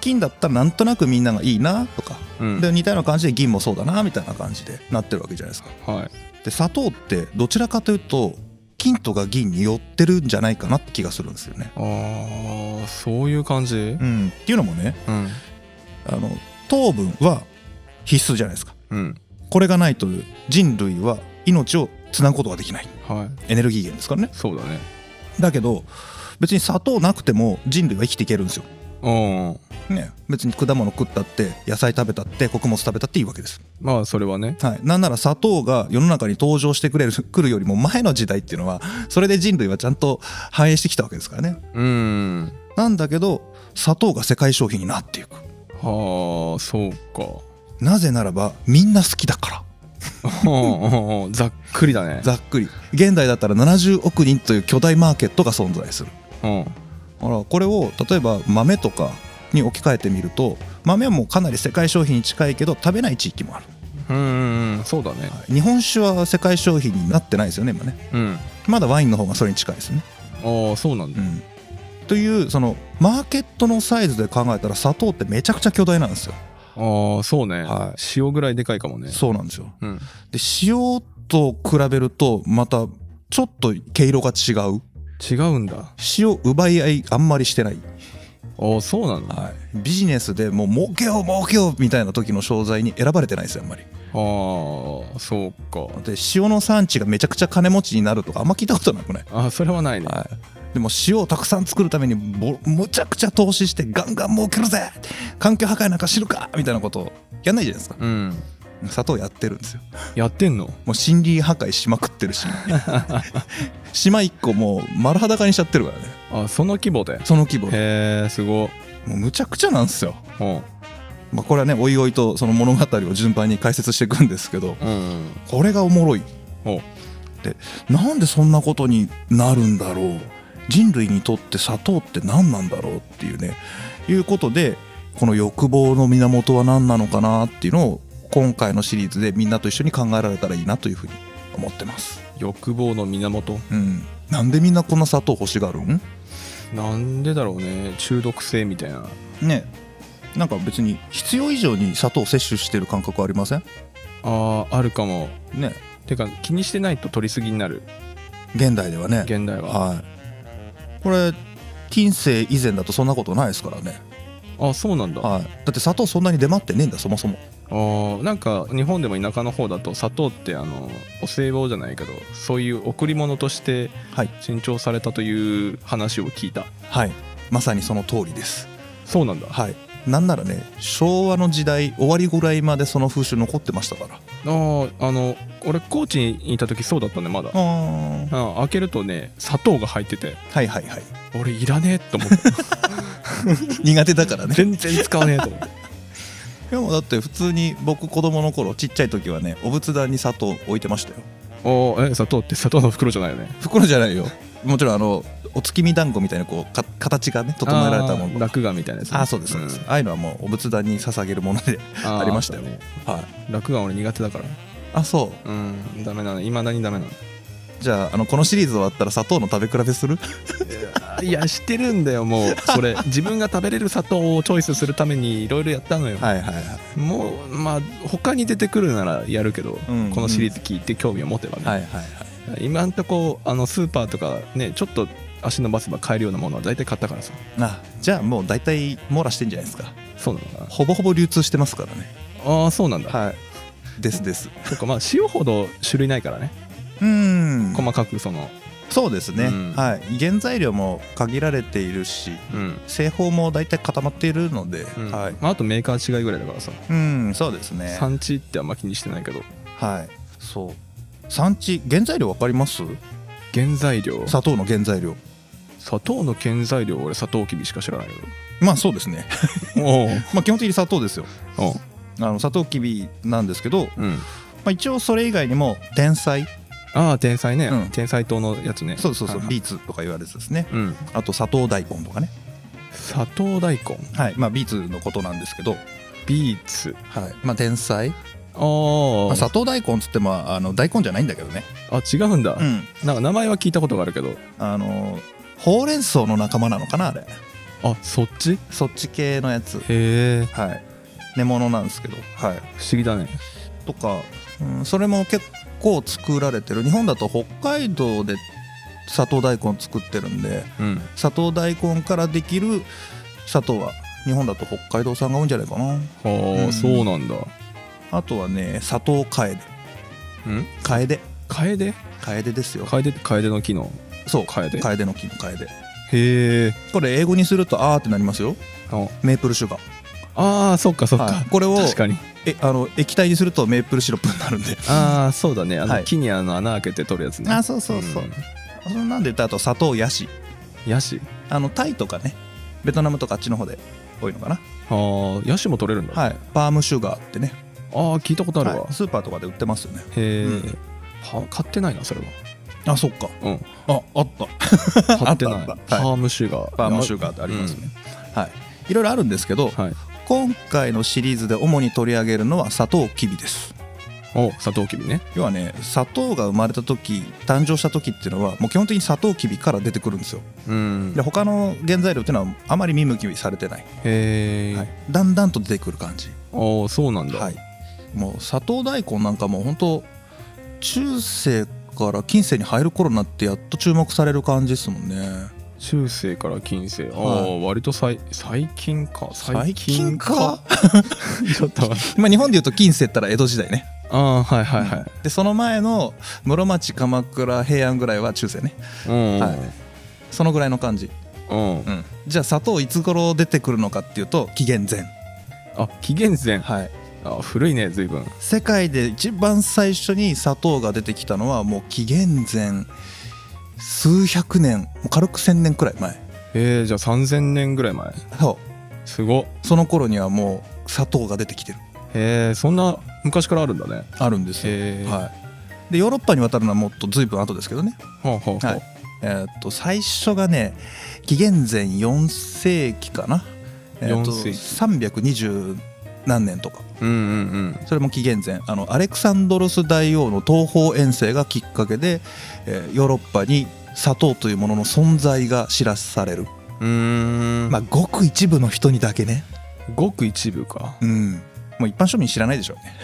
[SPEAKER 2] 金だったらなんとなくみんながいいなとか、
[SPEAKER 1] うん
[SPEAKER 2] で似たような感じで銀もそうだなみたいな感じでなってるわけじゃないですか
[SPEAKER 1] はい
[SPEAKER 2] で砂糖ってどちらかというと金とか銀に寄ってるんじゃないかなって気がするんですよね
[SPEAKER 1] ああそういう感じ
[SPEAKER 2] うんっていうのもね
[SPEAKER 1] うん
[SPEAKER 2] あの糖分は必須じゃないですか
[SPEAKER 1] うん
[SPEAKER 2] これがないと人類は命をつなぐことができない
[SPEAKER 1] はい
[SPEAKER 2] エネルギー源ですからね
[SPEAKER 1] そうだね
[SPEAKER 2] だけど別に砂糖なくても人類は生きていけるんですよ、
[SPEAKER 1] うん
[SPEAKER 2] ね、別に果物食ったって野菜食べたって穀物食べたっていいわけです、
[SPEAKER 1] まあそれはね
[SPEAKER 2] はい、なんなら砂糖が世の中に登場してくれる 来るよりも前の時代っていうのはそれで人類はちゃんと繁栄してきたわけですからね
[SPEAKER 1] うん
[SPEAKER 2] なんだけど砂糖が世界商品になっていく
[SPEAKER 1] はあそう か
[SPEAKER 2] なぜならばみんな好きだから
[SPEAKER 1] うんうんうんざっくりだね。
[SPEAKER 2] ざっくり現代だったら70億人という巨大マーケットが存在する
[SPEAKER 1] うん。
[SPEAKER 2] ほらこれを例えば豆とかに置き換えてみると豆はもうかなり世界商品に近いけど食べない地域もある、
[SPEAKER 1] うんうんうん、そうだね。
[SPEAKER 2] はい日本酒は世界商品になってないですよね今ね
[SPEAKER 1] うん。
[SPEAKER 2] まだワインの方がそれに近いですね、
[SPEAKER 1] ああ、そうなん
[SPEAKER 2] う
[SPEAKER 1] だ。
[SPEAKER 2] ん、というそのマーケットのサイズで考えたら砂糖ってめちゃくちゃ巨大なんですよ
[SPEAKER 1] ああ、そうね
[SPEAKER 2] はい。
[SPEAKER 1] 塩ぐらいでかいかもね。
[SPEAKER 2] そうなんですよ
[SPEAKER 1] うん。
[SPEAKER 2] で塩と比べるとまたちょっと毛色が違う
[SPEAKER 1] 違うんだ。あ
[SPEAKER 2] 塩奪い合いあんまりしてない
[SPEAKER 1] あ、そうなの。あ
[SPEAKER 2] はい、ビジネスでもう儲けよう儲けようみたいな時の商材に選ばれてないですよあんまり
[SPEAKER 1] あ、そうか。
[SPEAKER 2] で塩の産地がめちゃくちゃ金持ちになるとかあんま聞いたことなくない、
[SPEAKER 1] ああ、それはないね。
[SPEAKER 2] でも塩をたくさん作るためにぼむちゃくちゃ投資してガンガン儲けるぜ環境破壊なんか知るかみたいなことをやんないじゃないですか
[SPEAKER 1] うん。
[SPEAKER 2] 砂糖やってるんですよ
[SPEAKER 1] やってんの
[SPEAKER 2] もう森林破壊しまくってるし島一個もう丸裸にしちゃってるからね
[SPEAKER 1] あその規模で。
[SPEAKER 2] その規模で
[SPEAKER 1] へえ、すご。
[SPEAKER 2] もうむちゃくちゃなんですよ
[SPEAKER 1] うん。
[SPEAKER 2] まあこれはねおいおいとその物語を順番に解説していくんですけど
[SPEAKER 1] うん。
[SPEAKER 2] これがおもろい
[SPEAKER 1] お
[SPEAKER 2] でなんでそんなことになるんだろう人類にとって砂糖って何なんだろうっていうねいうことでこの欲望の源は何なのかなっていうのを今回のシリーズでみんなと一緒に考えられたらいいなというふうに思ってます。
[SPEAKER 1] 欲望の源。
[SPEAKER 2] うん、なんでみんなこんな砂糖欲しがるん
[SPEAKER 1] なんでだろうね。中毒性みたいな。
[SPEAKER 2] ねなんか別に必要以上に砂糖を摂取してる感覚ありません
[SPEAKER 1] あああるかも
[SPEAKER 2] ね
[SPEAKER 1] てか気にしてないと取りすぎになる
[SPEAKER 2] 現代ではね
[SPEAKER 1] 現代は
[SPEAKER 2] はいこれ近世以前だとそんなことないですからね、
[SPEAKER 1] あそうなんだあ
[SPEAKER 2] はい、だって砂糖そんなに出回ってねえんだそもそも
[SPEAKER 1] ーなんか日本でも田舎の方だと砂糖ってあのお歳暮じゃないけどそういう贈り物として
[SPEAKER 2] はい
[SPEAKER 1] 珍重されたという話を聞いた、
[SPEAKER 2] はいまさにその通りです
[SPEAKER 1] そうなんだあ
[SPEAKER 2] はいなんならね昭和の時代終わりぐらいまでその風習残ってましたから
[SPEAKER 1] ーあの俺高知にいた時そうだったねまだ、
[SPEAKER 2] あ
[SPEAKER 1] あー開けるとね砂糖が入ってて
[SPEAKER 2] はいはいはい
[SPEAKER 1] 俺いらねえと思って
[SPEAKER 2] 苦手だ からね
[SPEAKER 1] 全然使わねえと思って
[SPEAKER 2] でもだって普通に僕子供の頃ちっちゃい時はねお仏壇に砂糖置いてましたよ
[SPEAKER 1] おーえ砂糖って砂糖の袋じゃないよね
[SPEAKER 2] 袋じゃ ないよもちろんあのお月見団子みたいなこうか形がね整えられたも
[SPEAKER 1] あー
[SPEAKER 2] の
[SPEAKER 1] 落眼みたいなやつ
[SPEAKER 2] ああそうですそうです、
[SPEAKER 1] ん
[SPEAKER 2] ああいうのはもうお仏壇に捧げるもので
[SPEAKER 1] あー
[SPEAKER 2] ありましたよ
[SPEAKER 1] あっね
[SPEAKER 2] はい
[SPEAKER 1] 落眼俺苦手だから
[SPEAKER 2] あそ
[SPEAKER 1] うんダメなのいまだにダメなの
[SPEAKER 2] うじゃああのこのシリーズ終わったら砂糖の食べ比べする
[SPEAKER 1] いや知ってるんだよもうそ れ自分が食べれる砂糖をチョイスするためにいろいろやったのよ、
[SPEAKER 2] はいはいはい
[SPEAKER 1] もうまあ他に出てくるならやるけど、
[SPEAKER 2] うん
[SPEAKER 1] このシリーズ聞いて興味を持てばね、
[SPEAKER 2] はいはいはい
[SPEAKER 1] 今んとこあのスーパーとかねちょっと足伸ばせば買えるようなものは大体買ったからさ
[SPEAKER 2] あじゃあもう大体網羅してんじゃないですか
[SPEAKER 1] そうなのかな
[SPEAKER 2] ほぼほぼ流通してますからね
[SPEAKER 1] ああそうなんだ、
[SPEAKER 2] はいですです
[SPEAKER 1] とかまあ塩ほど種類ないからね
[SPEAKER 2] うん
[SPEAKER 1] 細かくその
[SPEAKER 2] そうですね、
[SPEAKER 1] うん
[SPEAKER 2] はい原材料も限られているし
[SPEAKER 1] うん、
[SPEAKER 2] 製法も大体固まっているので、
[SPEAKER 1] うん
[SPEAKER 2] はい
[SPEAKER 1] まあ、あとメーカー違いぐらいだからさ、
[SPEAKER 2] うんそうですね
[SPEAKER 1] 産地ってあんま気にしてないけど
[SPEAKER 2] はいそう産地原材料わかります
[SPEAKER 1] 原材料
[SPEAKER 2] 砂糖の原材料
[SPEAKER 1] 砂糖の原材料俺砂糖きびしか知らないけど
[SPEAKER 2] まあそうですね
[SPEAKER 1] おう
[SPEAKER 2] まあ基本的に砂糖ですよ
[SPEAKER 1] おう
[SPEAKER 2] あの砂糖きびなんですけど、ま
[SPEAKER 1] うん、
[SPEAKER 2] あ、一応それ以外にも天才
[SPEAKER 1] ああ天才ね、
[SPEAKER 2] うん
[SPEAKER 1] 天才糖のやつね
[SPEAKER 2] そうそうそう
[SPEAKER 1] はいはい
[SPEAKER 2] ビーツとか言われてですね
[SPEAKER 1] うん
[SPEAKER 2] あと砂糖大根とかね
[SPEAKER 1] 砂糖大根
[SPEAKER 2] はいまあビーツのことなんですけど、
[SPEAKER 1] ビーツ
[SPEAKER 2] はいまあ、天才、
[SPEAKER 1] あー
[SPEAKER 2] まあ、砂糖大根っつってもあの大根じゃないんだけどね
[SPEAKER 1] あ違うんだ、
[SPEAKER 2] うん
[SPEAKER 1] なんか名前は聞いたことがあるけど
[SPEAKER 2] あのほうれん草の仲間なのかなあれ
[SPEAKER 1] あそっちへ
[SPEAKER 2] そっち系のやつ
[SPEAKER 1] え
[SPEAKER 2] はい根物なんですけどはい
[SPEAKER 1] 不思議だね
[SPEAKER 2] とか、うん、それも結構作られてる日本だと北海道で砂糖大根作ってるんで
[SPEAKER 1] うん
[SPEAKER 2] 砂糖大根からできる砂糖は日本だと北海道産が多いんじゃないかな
[SPEAKER 1] あー、
[SPEAKER 2] うん
[SPEAKER 1] そうなんだ
[SPEAKER 2] あとはね砂糖カエデ
[SPEAKER 1] うん
[SPEAKER 2] カエデ
[SPEAKER 1] 楓
[SPEAKER 2] カエデですよ
[SPEAKER 1] 楓って楓の木の
[SPEAKER 2] そう
[SPEAKER 1] カエデ
[SPEAKER 2] カエデの木のカエデ
[SPEAKER 1] へえ
[SPEAKER 2] これ英語にするとあーってなりますよ
[SPEAKER 1] あ
[SPEAKER 2] メープルシュガー
[SPEAKER 1] あーそっかそっか、
[SPEAKER 2] はいこれを
[SPEAKER 1] 確かに
[SPEAKER 2] えあの液体にするとメープルシロップになるんで
[SPEAKER 1] ああそうだねあの、
[SPEAKER 2] はい
[SPEAKER 1] 木にあの穴開けて取るやつね
[SPEAKER 2] あそうそうそう、そんなんで言ったらあと砂糖ヤシ
[SPEAKER 1] ヤシ
[SPEAKER 2] あのタイとかねベトナムとかあっちの方で多いのかな
[SPEAKER 1] あーヤシも取れるんだ、
[SPEAKER 2] はいパームシュガーってね
[SPEAKER 1] ああ聞いたことあるわ、
[SPEAKER 2] はいスーパーとかで売ってますよね
[SPEAKER 1] へえ、
[SPEAKER 2] うん
[SPEAKER 1] は買ってないなそれは
[SPEAKER 2] あそっか
[SPEAKER 1] うん
[SPEAKER 2] ああった
[SPEAKER 1] 買ってない
[SPEAKER 2] あったあっ
[SPEAKER 1] パ
[SPEAKER 2] たはい
[SPEAKER 1] ームシュガー
[SPEAKER 2] パームシュ
[SPEAKER 1] ガ
[SPEAKER 2] ガーってありますね、はいいろいろあるんですけど、
[SPEAKER 1] はい
[SPEAKER 2] 今回のシリーズで主に取り上げるのは砂糖きびです
[SPEAKER 1] おサトウキビね
[SPEAKER 2] 要はね砂糖が生まれた時誕生した時っていうのはもう基本的に砂糖きびから出てくるんですよ
[SPEAKER 1] うん
[SPEAKER 2] で他の原材料っていうのはあまり見向きされてない、
[SPEAKER 1] へえ、
[SPEAKER 2] はい、だんだんと出てくる感じ
[SPEAKER 1] おそうなんだ、
[SPEAKER 2] はい、もう砂糖大根なんかもう本当中世から近世に入る頃になってやっと注目される感じですもんね
[SPEAKER 1] 中世から近世ああ、
[SPEAKER 2] は
[SPEAKER 1] 割と最最近か 最近かちょっと待って
[SPEAKER 2] まあ日本でいうと近世ったら江戸時代ね
[SPEAKER 1] ああはいはいはい、
[SPEAKER 2] でその前の室町鎌倉平安ぐらいは中世ね
[SPEAKER 1] うん
[SPEAKER 2] はいそのぐらいの感じ、
[SPEAKER 1] うん、
[SPEAKER 2] うん、じゃあ砂糖いつ頃出てくるのかっていうと紀元前
[SPEAKER 1] あ紀元前
[SPEAKER 2] はい
[SPEAKER 1] あ古いね随分
[SPEAKER 2] 世界で一番最初に砂糖が出てきたのはもう紀元前数百年もう軽く千年くらい前
[SPEAKER 1] えー、じゃあ3000年ぐらい前
[SPEAKER 2] そう
[SPEAKER 1] すごっ
[SPEAKER 2] その頃にはもう砂糖が出てきてる
[SPEAKER 1] へえそんな昔からあるんだね
[SPEAKER 2] あるんですよ、
[SPEAKER 1] へえ
[SPEAKER 2] はい、でヨーロッパに渡るのはもっと随分後ですけどね、
[SPEAKER 1] ほうほうほう、
[SPEAKER 2] はいえーっと最初がね紀元前4世紀かな、えーっと
[SPEAKER 1] 4世
[SPEAKER 2] 320何年とか
[SPEAKER 1] うんうんうん
[SPEAKER 2] それも紀元前あのアレクサンドロス大王の東方遠征がきっかけで、えーヨーロッパに砂糖というものの存在が知らされる、
[SPEAKER 1] うーん
[SPEAKER 2] まあごく一部の人にだけね
[SPEAKER 1] ごく一部か
[SPEAKER 2] うんもう一般庶民知らないでしょうね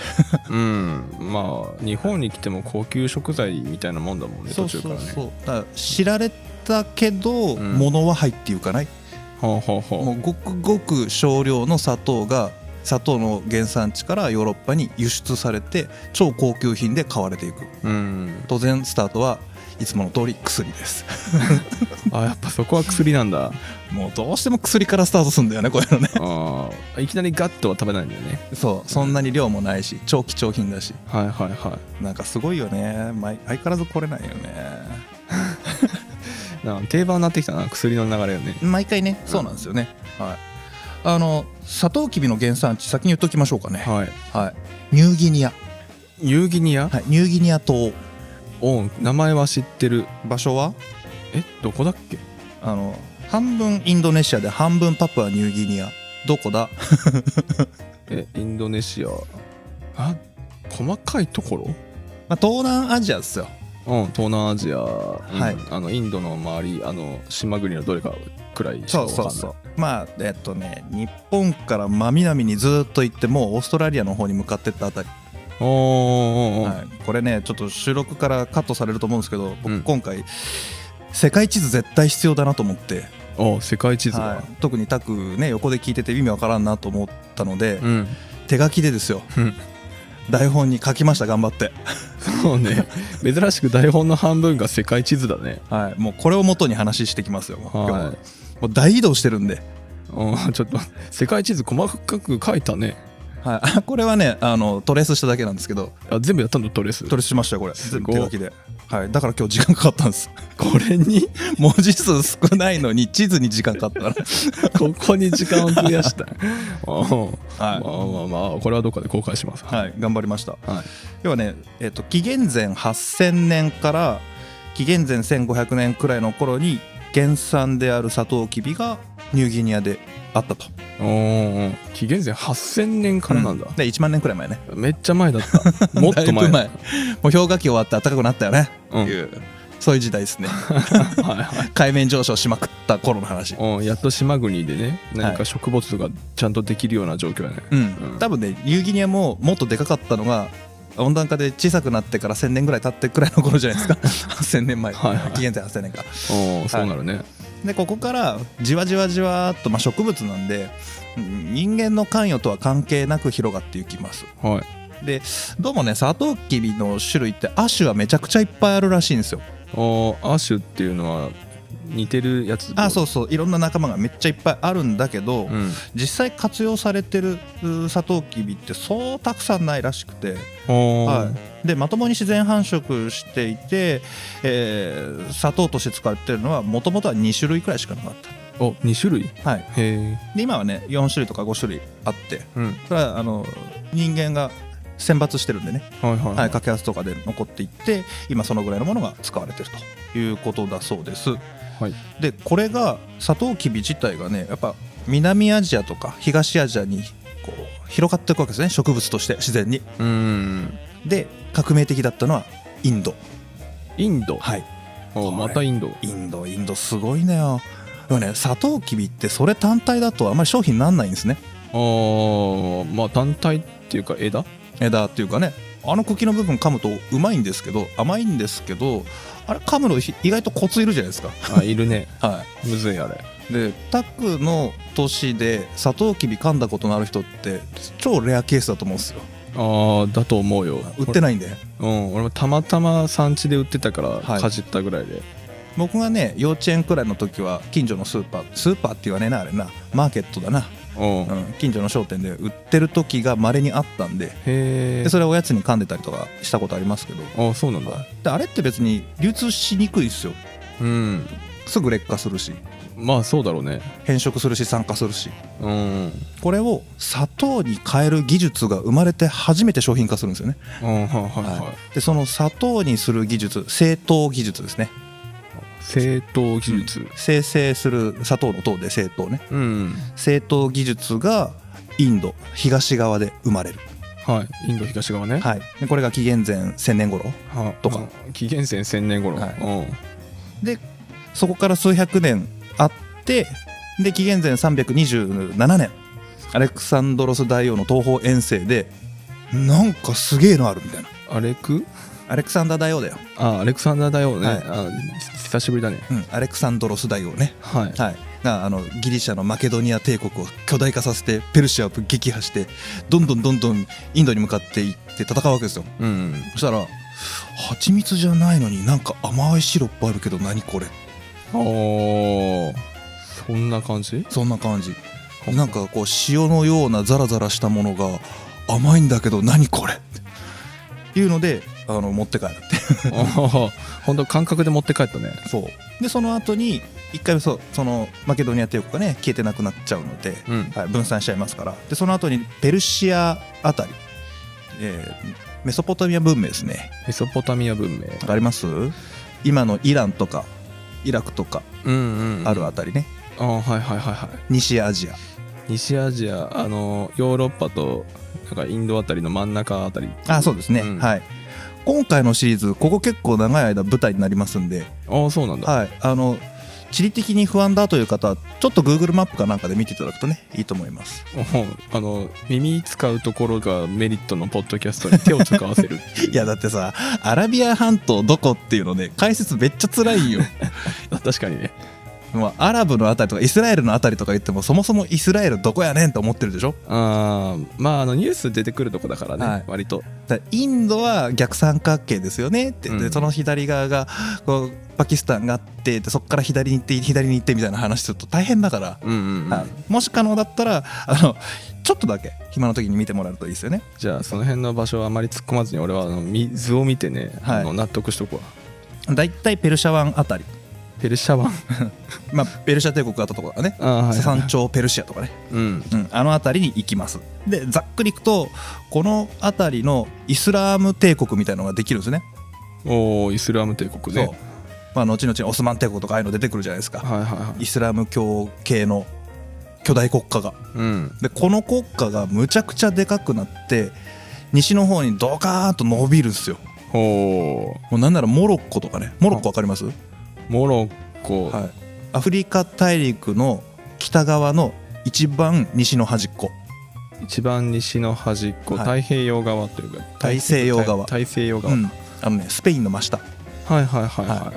[SPEAKER 1] うんまあ日本に来ても高級食材みたいなもんだもんね途中からね
[SPEAKER 2] うだから知られたけど、
[SPEAKER 1] うん
[SPEAKER 2] 物は入っていかない
[SPEAKER 1] ほうほうほ
[SPEAKER 2] もうごくごく少量の砂糖が砂糖の原産地からヨーロッパに輸出されて超高級品で買われていく
[SPEAKER 1] ううん
[SPEAKER 2] 当然スタートはいつもの通り薬です
[SPEAKER 1] あやっぱそこは薬なんだ
[SPEAKER 2] もうどうしても薬からスタートするんだよねこう いうのね
[SPEAKER 1] あーいきなりガッとは食べないんだよね
[SPEAKER 2] そうそんなに量もないし超貴重品だし
[SPEAKER 1] はいはいは
[SPEAKER 2] なんかすごいよねまあ相変わらず来れないよね
[SPEAKER 1] いなんか定番になってきたな薬の流れよね
[SPEAKER 2] 毎回ねそうなんですよね、はいあのサトウキビの原産地先に言っときましょうかね
[SPEAKER 1] はい
[SPEAKER 2] はいニューギニア、
[SPEAKER 1] ニューギニア、
[SPEAKER 2] はい、ニューギニア島
[SPEAKER 1] おう名前は知ってる
[SPEAKER 2] 場所は
[SPEAKER 1] えどこだっけ
[SPEAKER 2] あの半分インドネシアで半分パプアニューギニアどこだ
[SPEAKER 1] えインドネシアあ細かいところ
[SPEAKER 2] まあ東南アジアですよ
[SPEAKER 1] うん東南アジア、うん
[SPEAKER 2] い
[SPEAKER 1] あのインドの周りあの島国のどれかくらいしか
[SPEAKER 2] そ
[SPEAKER 1] わ
[SPEAKER 2] う
[SPEAKER 1] かん
[SPEAKER 2] そ
[SPEAKER 1] な
[SPEAKER 2] う
[SPEAKER 1] い
[SPEAKER 2] そうまあえっとね日本から真南にずっと行ってもうオーストラリアの方に向かってったあたり、
[SPEAKER 1] おーおーおー、
[SPEAKER 2] はい、これねちょっと収録からカットされると思うんですけど
[SPEAKER 1] うん
[SPEAKER 2] 僕今回、世界地図絶対必要だなと思って、
[SPEAKER 1] お世界地図だ、
[SPEAKER 2] はい特にタクね横で聞いてて意味わからんなと思ったので、
[SPEAKER 1] うん
[SPEAKER 2] 手書きでですよ
[SPEAKER 1] うん
[SPEAKER 2] 台本に書きました頑張って、
[SPEAKER 1] そうね珍しく台本の半分が世界地図だね
[SPEAKER 2] はい、もうこれを元に話してきますよ、今日
[SPEAKER 1] は
[SPEAKER 2] もう大移動してるんで、
[SPEAKER 1] いうんちょっと世界地図細かく書いたね
[SPEAKER 2] はいあ、これはねあのトレースしただけなんですけど
[SPEAKER 1] あ全部やったのトレース
[SPEAKER 2] トレースしましたよこれ
[SPEAKER 1] す
[SPEAKER 2] 全
[SPEAKER 1] ご
[SPEAKER 2] 部
[SPEAKER 1] い
[SPEAKER 2] 手書きで、はい、だから今日時間かかったんです
[SPEAKER 1] これに
[SPEAKER 2] 文字数少ないのに地図に時間かかった
[SPEAKER 1] ここに時間を費や した。うん まあまあま
[SPEAKER 2] は
[SPEAKER 1] あ、これはどっかで公開します。
[SPEAKER 2] い、はい、頑張りました
[SPEAKER 1] はい。
[SPEAKER 2] 要はね、えっと紀元前8000年から紀元前1500年くらいの頃に原産であるサトウキビがニューギニアであったと
[SPEAKER 1] おーおー紀元前8000年からなんだ
[SPEAKER 2] う。で1万年くらい前ね
[SPEAKER 1] めっちゃ前だった。もっと
[SPEAKER 2] だい
[SPEAKER 1] 前。
[SPEAKER 2] ぶ前もう氷河期終わって暖かくなったよね、
[SPEAKER 1] うん
[SPEAKER 2] っていうそういう時 代ですね
[SPEAKER 1] はいはい
[SPEAKER 2] 海面上昇しまくった頃の話
[SPEAKER 1] うんやっと島国でね、何か植物がちゃんとできるような状況やね。
[SPEAKER 2] うん
[SPEAKER 1] うん
[SPEAKER 2] 多分ねニューギニアももっとでかかったのが温暖化で小さくなってから1000年ぐらい経ってくらいの頃じゃな いですか8000年前、
[SPEAKER 1] はいはい
[SPEAKER 2] 紀元前8000年か
[SPEAKER 1] おーそうなるね。
[SPEAKER 2] でここからじわじわじわーっと、まあ、植物なんでうん人間の関与とは関係なく広がっていきます
[SPEAKER 1] はい。
[SPEAKER 2] でどうもねサトウキビの種類って亜種はめちゃくちゃいっぱいあるらしいんですよ
[SPEAKER 1] おーアシュっていうのは似てるやつ。。
[SPEAKER 2] あそううそういろんな仲間がめっちゃいっぱいあるんだけど、
[SPEAKER 1] うん。
[SPEAKER 2] 実際活用されてるうーサトウキビってそうたくさんないらしくて、
[SPEAKER 1] おー
[SPEAKER 2] はい、でまともに自然繁殖していて、えー砂糖として使われてるのはもともとは2種類くらいしかなかっ
[SPEAKER 1] お、2種類
[SPEAKER 2] た、はい、
[SPEAKER 1] へえ。
[SPEAKER 2] で今はね4種類とか5種類あって
[SPEAKER 1] うん。
[SPEAKER 2] それはあの人間が選抜してるんでね、
[SPEAKER 1] はいはい
[SPEAKER 2] は、
[SPEAKER 1] はい
[SPEAKER 2] 掛け合わせとかで残っていって今そのぐらいのものが使われてるということだそうです
[SPEAKER 1] い。はい。
[SPEAKER 2] でこれがサトウキビ自体がねやっぱ南アジアとか東アジアにこう広がっていくわけですね植物として自然に
[SPEAKER 1] うーん。
[SPEAKER 2] で革命的だったのはインド
[SPEAKER 1] インド。
[SPEAKER 2] はい
[SPEAKER 1] おーまたインド。
[SPEAKER 2] インドインドすごいねよでもねサトウキビってそれ単体だとあんまり商品になんないんですね
[SPEAKER 1] あーまあ単体っていうか枝
[SPEAKER 2] 枝っていうかねあの茎の部分噛むとうまいんですけど甘いんですけどあれ噛むの意外とコツいるじゃないですか
[SPEAKER 1] あいるね
[SPEAKER 2] は
[SPEAKER 1] むずいあれ
[SPEAKER 2] いでタクの年でサトウキビ噛んだことのある人って超レアケースだと思うんですよ
[SPEAKER 1] ああだと思うよ
[SPEAKER 2] 売ってないんで
[SPEAKER 1] うん俺もたまたま産地で売ってたから
[SPEAKER 2] はい
[SPEAKER 1] かじったぐらいで、
[SPEAKER 2] 僕がね幼稚園くらいの時は近所のスーパースーパーって言わねえなあれなマーケットだな、
[SPEAKER 1] うん
[SPEAKER 2] う
[SPEAKER 1] へ
[SPEAKER 2] ん、近所の商店で売ってる時がまれにあったんで
[SPEAKER 1] え
[SPEAKER 2] でそれおやつに噛んでたりとかしたことありますけど
[SPEAKER 1] あそうなんだ
[SPEAKER 2] であれって別に流通しにくいですよ
[SPEAKER 1] うん
[SPEAKER 2] すぐ劣化するし
[SPEAKER 1] まあそうだろうね
[SPEAKER 2] 変色するし酸化するし
[SPEAKER 1] うん、
[SPEAKER 2] これを砂糖に変える技術が生まれて初めて商品化するんですよね、
[SPEAKER 1] うん、はいはいはい
[SPEAKER 2] でその砂糖にする技術製糖技術ですね
[SPEAKER 1] 正当技術
[SPEAKER 2] 生成する砂糖の糖で製糖ね
[SPEAKER 1] うん、
[SPEAKER 2] 製糖技術がインド東側で生まれる、
[SPEAKER 1] はいインド東側ね
[SPEAKER 2] はい、でこれが紀元前1000年頃
[SPEAKER 1] は
[SPEAKER 2] とか
[SPEAKER 1] うん紀元前1000年頃、
[SPEAKER 2] はい
[SPEAKER 1] うん
[SPEAKER 2] でそこから数百年あってで紀元前327年アレクサンドロス大王の東方遠征でなんかすげえのあるみたいな
[SPEAKER 1] アレク
[SPEAKER 2] アレクサンダー大王だよ、
[SPEAKER 1] あアレクサンダー大王ね、
[SPEAKER 2] はい
[SPEAKER 1] あ久しぶりだね
[SPEAKER 2] うん、アレクサンドロス大王ね
[SPEAKER 1] はい
[SPEAKER 2] はいがあのギリシャのマケドニア帝国を巨大化させてペルシアを撃破してどんどんどんどんインドに向かっていって戦うわけですよ
[SPEAKER 1] うん
[SPEAKER 2] そしたら蜂蜜じゃないのになんか甘いシロップあるけど何これ
[SPEAKER 1] おーそんな感じ
[SPEAKER 2] そんな感じなんかこう塩のようなザラザラしたものが甘いんだけど何これっていうのであの持って帰るって
[SPEAKER 1] 本当感覚で持って帰ったね
[SPEAKER 2] そうでその後に一回そうそのマケドニア帝国がね消えてなくなっちゃうので、
[SPEAKER 1] うん
[SPEAKER 2] はい、分散しちゃいますからでその後にペルシアあたり、えーメソポタミア文明ですね
[SPEAKER 1] メソポタミア文明
[SPEAKER 2] わかります今のイランとかイラクとか
[SPEAKER 1] うんうん
[SPEAKER 2] あるあたりね、
[SPEAKER 1] あーはいはいはいはい
[SPEAKER 2] 西アジア
[SPEAKER 1] 西アジアあのヨーロッパとなんかインドあたりの真ん中あたり
[SPEAKER 2] あそうですね、
[SPEAKER 1] うん
[SPEAKER 2] はい今回のシリーズここ結構長い間舞台になりますんで、
[SPEAKER 1] ああそうなんだ
[SPEAKER 2] はい、あの地理的に不安だという方はちょっと Google マップかなんかで見ていただくとねいいと思います
[SPEAKER 1] おほあの耳使うところがメリットのポッドキャストに手を使わせる
[SPEAKER 2] いやだってさアラビア半島どこっていうのね解説めっちゃ辛い よ、
[SPEAKER 1] 確かにね
[SPEAKER 2] まあ、アラブのあたりとかイスラエルのあたりとか言ってもそもそもイスラエルどこやねんと思ってるでしょ
[SPEAKER 1] あーまああのニュース出てくるとこだからね、
[SPEAKER 2] はい
[SPEAKER 1] 割と
[SPEAKER 2] だからインドは逆三角形ですよねって、で
[SPEAKER 1] うん
[SPEAKER 2] その左側がこうパキスタンがあってでそこから左に行って左に行ってみたいな話すると大変だから、
[SPEAKER 1] うんうん、うん
[SPEAKER 2] はいもし可能だったらあのちょっとだけ暇の時に見てもらうといいですよね
[SPEAKER 1] じゃあその辺の場所はあまり突っ込まずに俺はあの水を見てね、
[SPEAKER 2] はい
[SPEAKER 1] あの納得しとこう
[SPEAKER 2] だいたいペルシャ湾あたり、
[SPEAKER 1] ペルシャ湾
[SPEAKER 2] まあ、ペルシャ帝国があったところだね
[SPEAKER 1] ああはい
[SPEAKER 2] 山頂ペルシアとかね、
[SPEAKER 1] うん
[SPEAKER 2] うん、あの辺りに行きますでざっくりいくとこの辺りのイスラーム帝国みたいのができるんですね
[SPEAKER 1] おーイスラム帝国
[SPEAKER 2] そう
[SPEAKER 1] ね
[SPEAKER 2] まあ、後々オスマン帝国とかああいうの出てくるじゃないですか、
[SPEAKER 1] はいはいはい
[SPEAKER 2] イスラム教系の巨大国家が
[SPEAKER 1] うん
[SPEAKER 2] でこの国家がむちゃくちゃでかくなって西の方にドカーンと伸びるんですよ
[SPEAKER 1] おー
[SPEAKER 2] もうなんならモロッコとかねモロッコわかります、
[SPEAKER 1] モロッコ、
[SPEAKER 2] はい、アフリカ大陸の北側の一番西の端っこ
[SPEAKER 1] 一番西の端っこ、
[SPEAKER 2] は
[SPEAKER 1] 太平洋側というか
[SPEAKER 2] 大西洋側
[SPEAKER 1] 大西洋
[SPEAKER 2] う
[SPEAKER 1] 側、
[SPEAKER 2] ん、あのねスペインの真下
[SPEAKER 1] はいはいはいはい、
[SPEAKER 2] は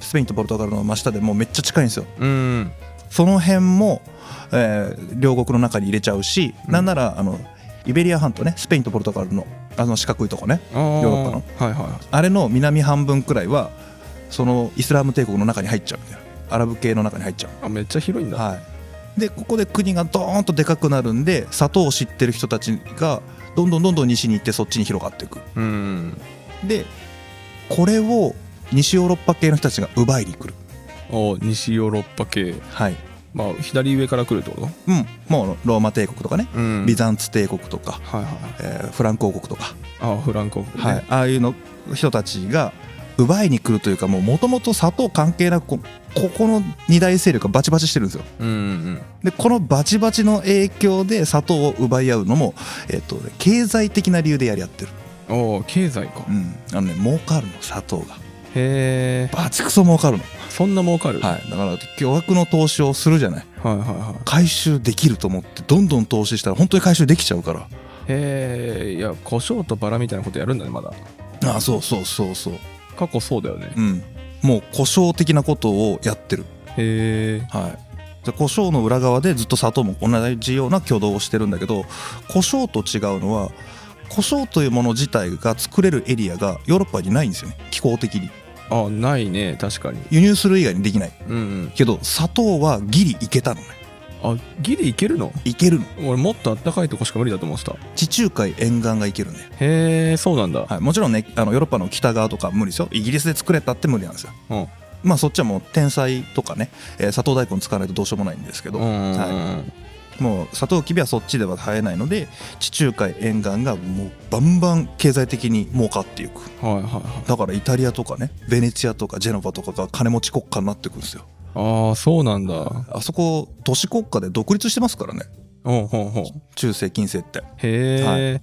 [SPEAKER 2] スペインとポルトガルの真下でもうめっちゃ近いんですよ
[SPEAKER 1] うん
[SPEAKER 2] その辺も、えー両国の中に入れちゃうし、
[SPEAKER 1] うん
[SPEAKER 2] なんならあのイベリア半島ねスペインとポルトガルのあの四角いとこね
[SPEAKER 1] あー
[SPEAKER 2] ヨーロッ
[SPEAKER 1] はいは
[SPEAKER 2] あれの南半分くらいはそのイスラム帝国の中に入っちゃうみたいなアラブ系の中に入っちゃ
[SPEAKER 1] いあめっちゃ広いん
[SPEAKER 2] う、
[SPEAKER 1] だ、
[SPEAKER 2] はい、でここで国がドーンとでかくなるんで砂糖を知ってる人たちがどんどんどんどん西に行ってそっちに広がっていく
[SPEAKER 1] うん
[SPEAKER 2] でこれを西ヨーロッパ系の人たちが奪いに来る
[SPEAKER 1] おー西ヨーロッパ系
[SPEAKER 2] はい
[SPEAKER 1] まあ左上から来るってこ
[SPEAKER 2] うんもうローマ帝国とかね
[SPEAKER 1] とうん
[SPEAKER 2] ビザンツ帝国とか、
[SPEAKER 1] はいはい
[SPEAKER 2] えーフランク王国とか、
[SPEAKER 1] あーフランコ、ね、
[SPEAKER 2] はい、ああいうの人たちが奪いに来るというかもともと砂糖関係なくこここの二大勢力がバチバチしてるんですよ
[SPEAKER 1] うんうん
[SPEAKER 2] でこのバチバチの影響で砂糖を奪い合うのも、えっとね経済的な理由でやり合ってる、
[SPEAKER 1] うんおー経済か
[SPEAKER 2] うん、あのね儲かるの砂糖が
[SPEAKER 1] へえ
[SPEAKER 2] バチクソ儲かるの、
[SPEAKER 1] そんな儲かる、
[SPEAKER 2] はい、だから巨額の投資をするじゃない
[SPEAKER 1] はいはいはい
[SPEAKER 2] 回収できると思ってどんどん投資したら本当に回収できちゃうから
[SPEAKER 1] へえいや胡椒とバラみたいなことやるんだねまだ
[SPEAKER 2] ああそうそうそうそう
[SPEAKER 1] 過去そうだよね
[SPEAKER 2] うんもう故障的なことをやってる
[SPEAKER 1] へえ
[SPEAKER 2] はいで故障の裏側でずっと砂糖も同じような挙動をしてるんだけど故障と違うのは故障というもの自体が作れるエリアがヨーロッパにないんですよね気候的に
[SPEAKER 1] あないね確かに
[SPEAKER 2] 輸入する以外にできない
[SPEAKER 1] うんうん
[SPEAKER 2] けど砂糖はギリいけたのね
[SPEAKER 1] あギリいけるの
[SPEAKER 2] いけるの
[SPEAKER 1] 俺もっとあったかいとこしか無理だと思ってた
[SPEAKER 2] 地中海沿岸がいけるね、
[SPEAKER 1] へえそうなんだ、
[SPEAKER 2] はい、もちろんねあのヨーロッパの北側とか無理ですよイギリスで作れたって無理なんですよ
[SPEAKER 1] うん
[SPEAKER 2] まあそっちはもう天才とかね、えー砂糖大根使わないとどうしようもないんですけど、
[SPEAKER 1] うんうんうん
[SPEAKER 2] はい、もうサトウキビはそっちでは生えないので地中海沿岸がもうバンバン経済的に儲かっていく
[SPEAKER 1] はいはいはい
[SPEAKER 2] だからイタリアとかねベネチアとかジェノバとかが金持ち国家になっていくんですよ
[SPEAKER 1] ああそうなんだ
[SPEAKER 2] あそこ都市国家で独立してますからね
[SPEAKER 1] ほうほうほう
[SPEAKER 2] 中世近世って
[SPEAKER 1] へえ、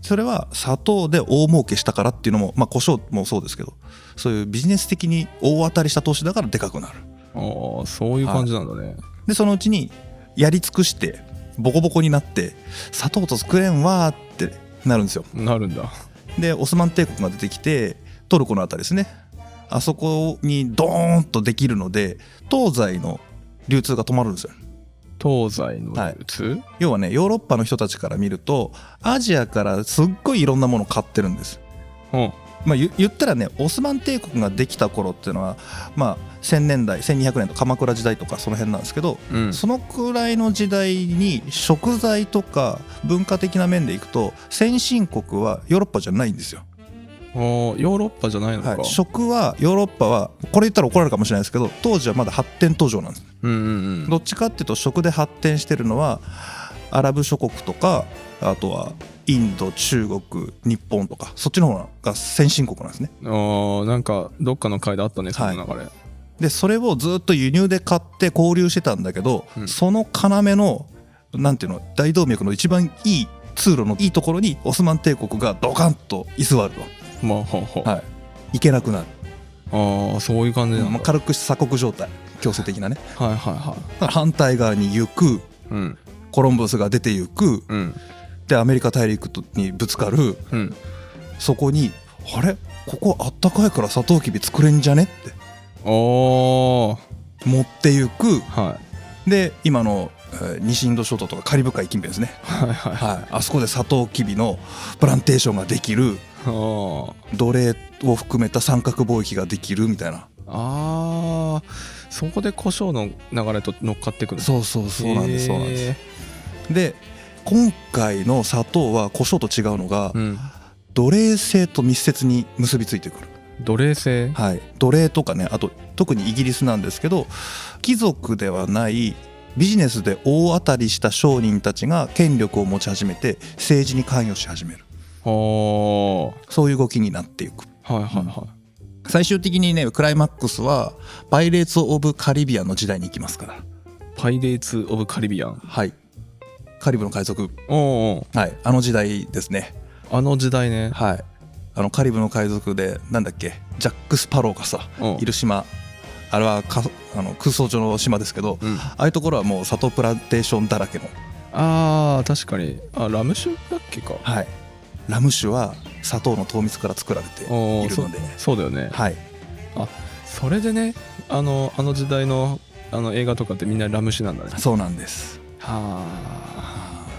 [SPEAKER 2] それは砂糖で大儲けしたからっていうのもまあ胡椒もそうですけどそういうビジネス的に大当たりした投資だからでかくなる
[SPEAKER 1] ああそういう感じなんだね、
[SPEAKER 2] でそのうちにやり尽くしてボコボコになって砂糖と作れんわーってなるんですよ
[SPEAKER 1] なるんだ
[SPEAKER 2] でオスマン帝国が出てきてトルコのあたりですねあそこにドーンとできるので東西の流通が止まるんですよ
[SPEAKER 1] 東西の流通、
[SPEAKER 2] 要はねヨーロッパの人たちから見るとアジアからすっごいいろんなもの買ってるんです
[SPEAKER 1] うん
[SPEAKER 2] まあ、言言ったらねオスマン帝国ができた頃っていうのは、まあ、1000年代1200年と鎌倉時代とかその辺なんですけど、
[SPEAKER 1] うん
[SPEAKER 2] そのくらいの時代に食材とか文化的な面でいくと先進国はヨーロッパじゃないんですよ、
[SPEAKER 1] あーヨーロッパじゃないのか、
[SPEAKER 2] はい、食はヨーロッパはこれ言ったら怒られるかもしれないですけど当時はまだ発展途上なんです
[SPEAKER 1] うんうんうん
[SPEAKER 2] どっちかっていうと食で発展してるのはアラブ諸国とかあとはインド中国日本とかそっちの方が先進国なんですね
[SPEAKER 1] あーなんかどっかの回であったねその流れ、
[SPEAKER 2] でそれをずっと輸入で買って交流してたんだけど、
[SPEAKER 1] うん
[SPEAKER 2] その要のなんていうの大動脈の一番いい通路のいいところにオスマン帝国がドカンと居座ると
[SPEAKER 1] まあほうほう、
[SPEAKER 2] はい行けなくなる、
[SPEAKER 1] ああそういう感じなん
[SPEAKER 2] ま
[SPEAKER 1] だ、
[SPEAKER 2] あ、軽く鎖国状態強制的なね
[SPEAKER 1] はいはいは
[SPEAKER 2] だから反対側に行く
[SPEAKER 1] いうん
[SPEAKER 2] コロンブスが出て行く
[SPEAKER 1] うん
[SPEAKER 2] でアメリカ大陸とにぶつかる
[SPEAKER 1] うん
[SPEAKER 2] そこにあれここあったかいからサトウキビ作れんじゃねっ
[SPEAKER 1] おー
[SPEAKER 2] て持って行く
[SPEAKER 1] はい
[SPEAKER 2] で今の、えー西インド諸島とかカリブ海近辺ですね
[SPEAKER 1] はいはい
[SPEAKER 2] はい、あそこでサトウキビのプランテーションができる
[SPEAKER 1] あ
[SPEAKER 2] 奴隷を含めた三角貿易ができるみたいな
[SPEAKER 1] ーあーそこで胡椒の流れと乗っかってくる
[SPEAKER 2] そうそうそうなんです
[SPEAKER 1] へ
[SPEAKER 2] そ
[SPEAKER 1] ー
[SPEAKER 2] うなんですで今回の砂糖は胡椒と違うのが、
[SPEAKER 1] うん
[SPEAKER 2] 奴隷制と密接に結びついてくる、
[SPEAKER 1] 奴隷制
[SPEAKER 2] はい、奴隷とかねあと特にイギリスなんですけど貴族ではないビジネスで大当たりした商人たちが権力を持ち始めて政治に関与し始める
[SPEAKER 1] おー
[SPEAKER 2] そういう動きになっていく
[SPEAKER 1] はいはいは
[SPEAKER 2] 最終的にねクライマックスはパイレーツ・オブ・カリビアンの時代に行きますから
[SPEAKER 1] いパイレーツ・オブ・カリビアン
[SPEAKER 2] はいカリブの海賊
[SPEAKER 1] おーおー
[SPEAKER 2] はいあの時代ですね
[SPEAKER 1] あの時代ね
[SPEAKER 2] はいあのカリブの海賊でなんだっけジャック・スパローがさ
[SPEAKER 1] うん
[SPEAKER 2] いる島あれはかあの空想上の島ですけど、
[SPEAKER 1] うん
[SPEAKER 2] ああいうところはもう砂糖プランテーションだらけの、
[SPEAKER 1] あー確かにあラム酒だっけか
[SPEAKER 2] はい、ラム酒は砂糖の糖蜜から作られている
[SPEAKER 1] おーそ
[SPEAKER 2] ので、
[SPEAKER 1] そうだよね
[SPEAKER 2] はい、
[SPEAKER 1] それでねあのあの時代のあの映画とかってみんなラム酒なんだね
[SPEAKER 2] そうなんです
[SPEAKER 1] はあ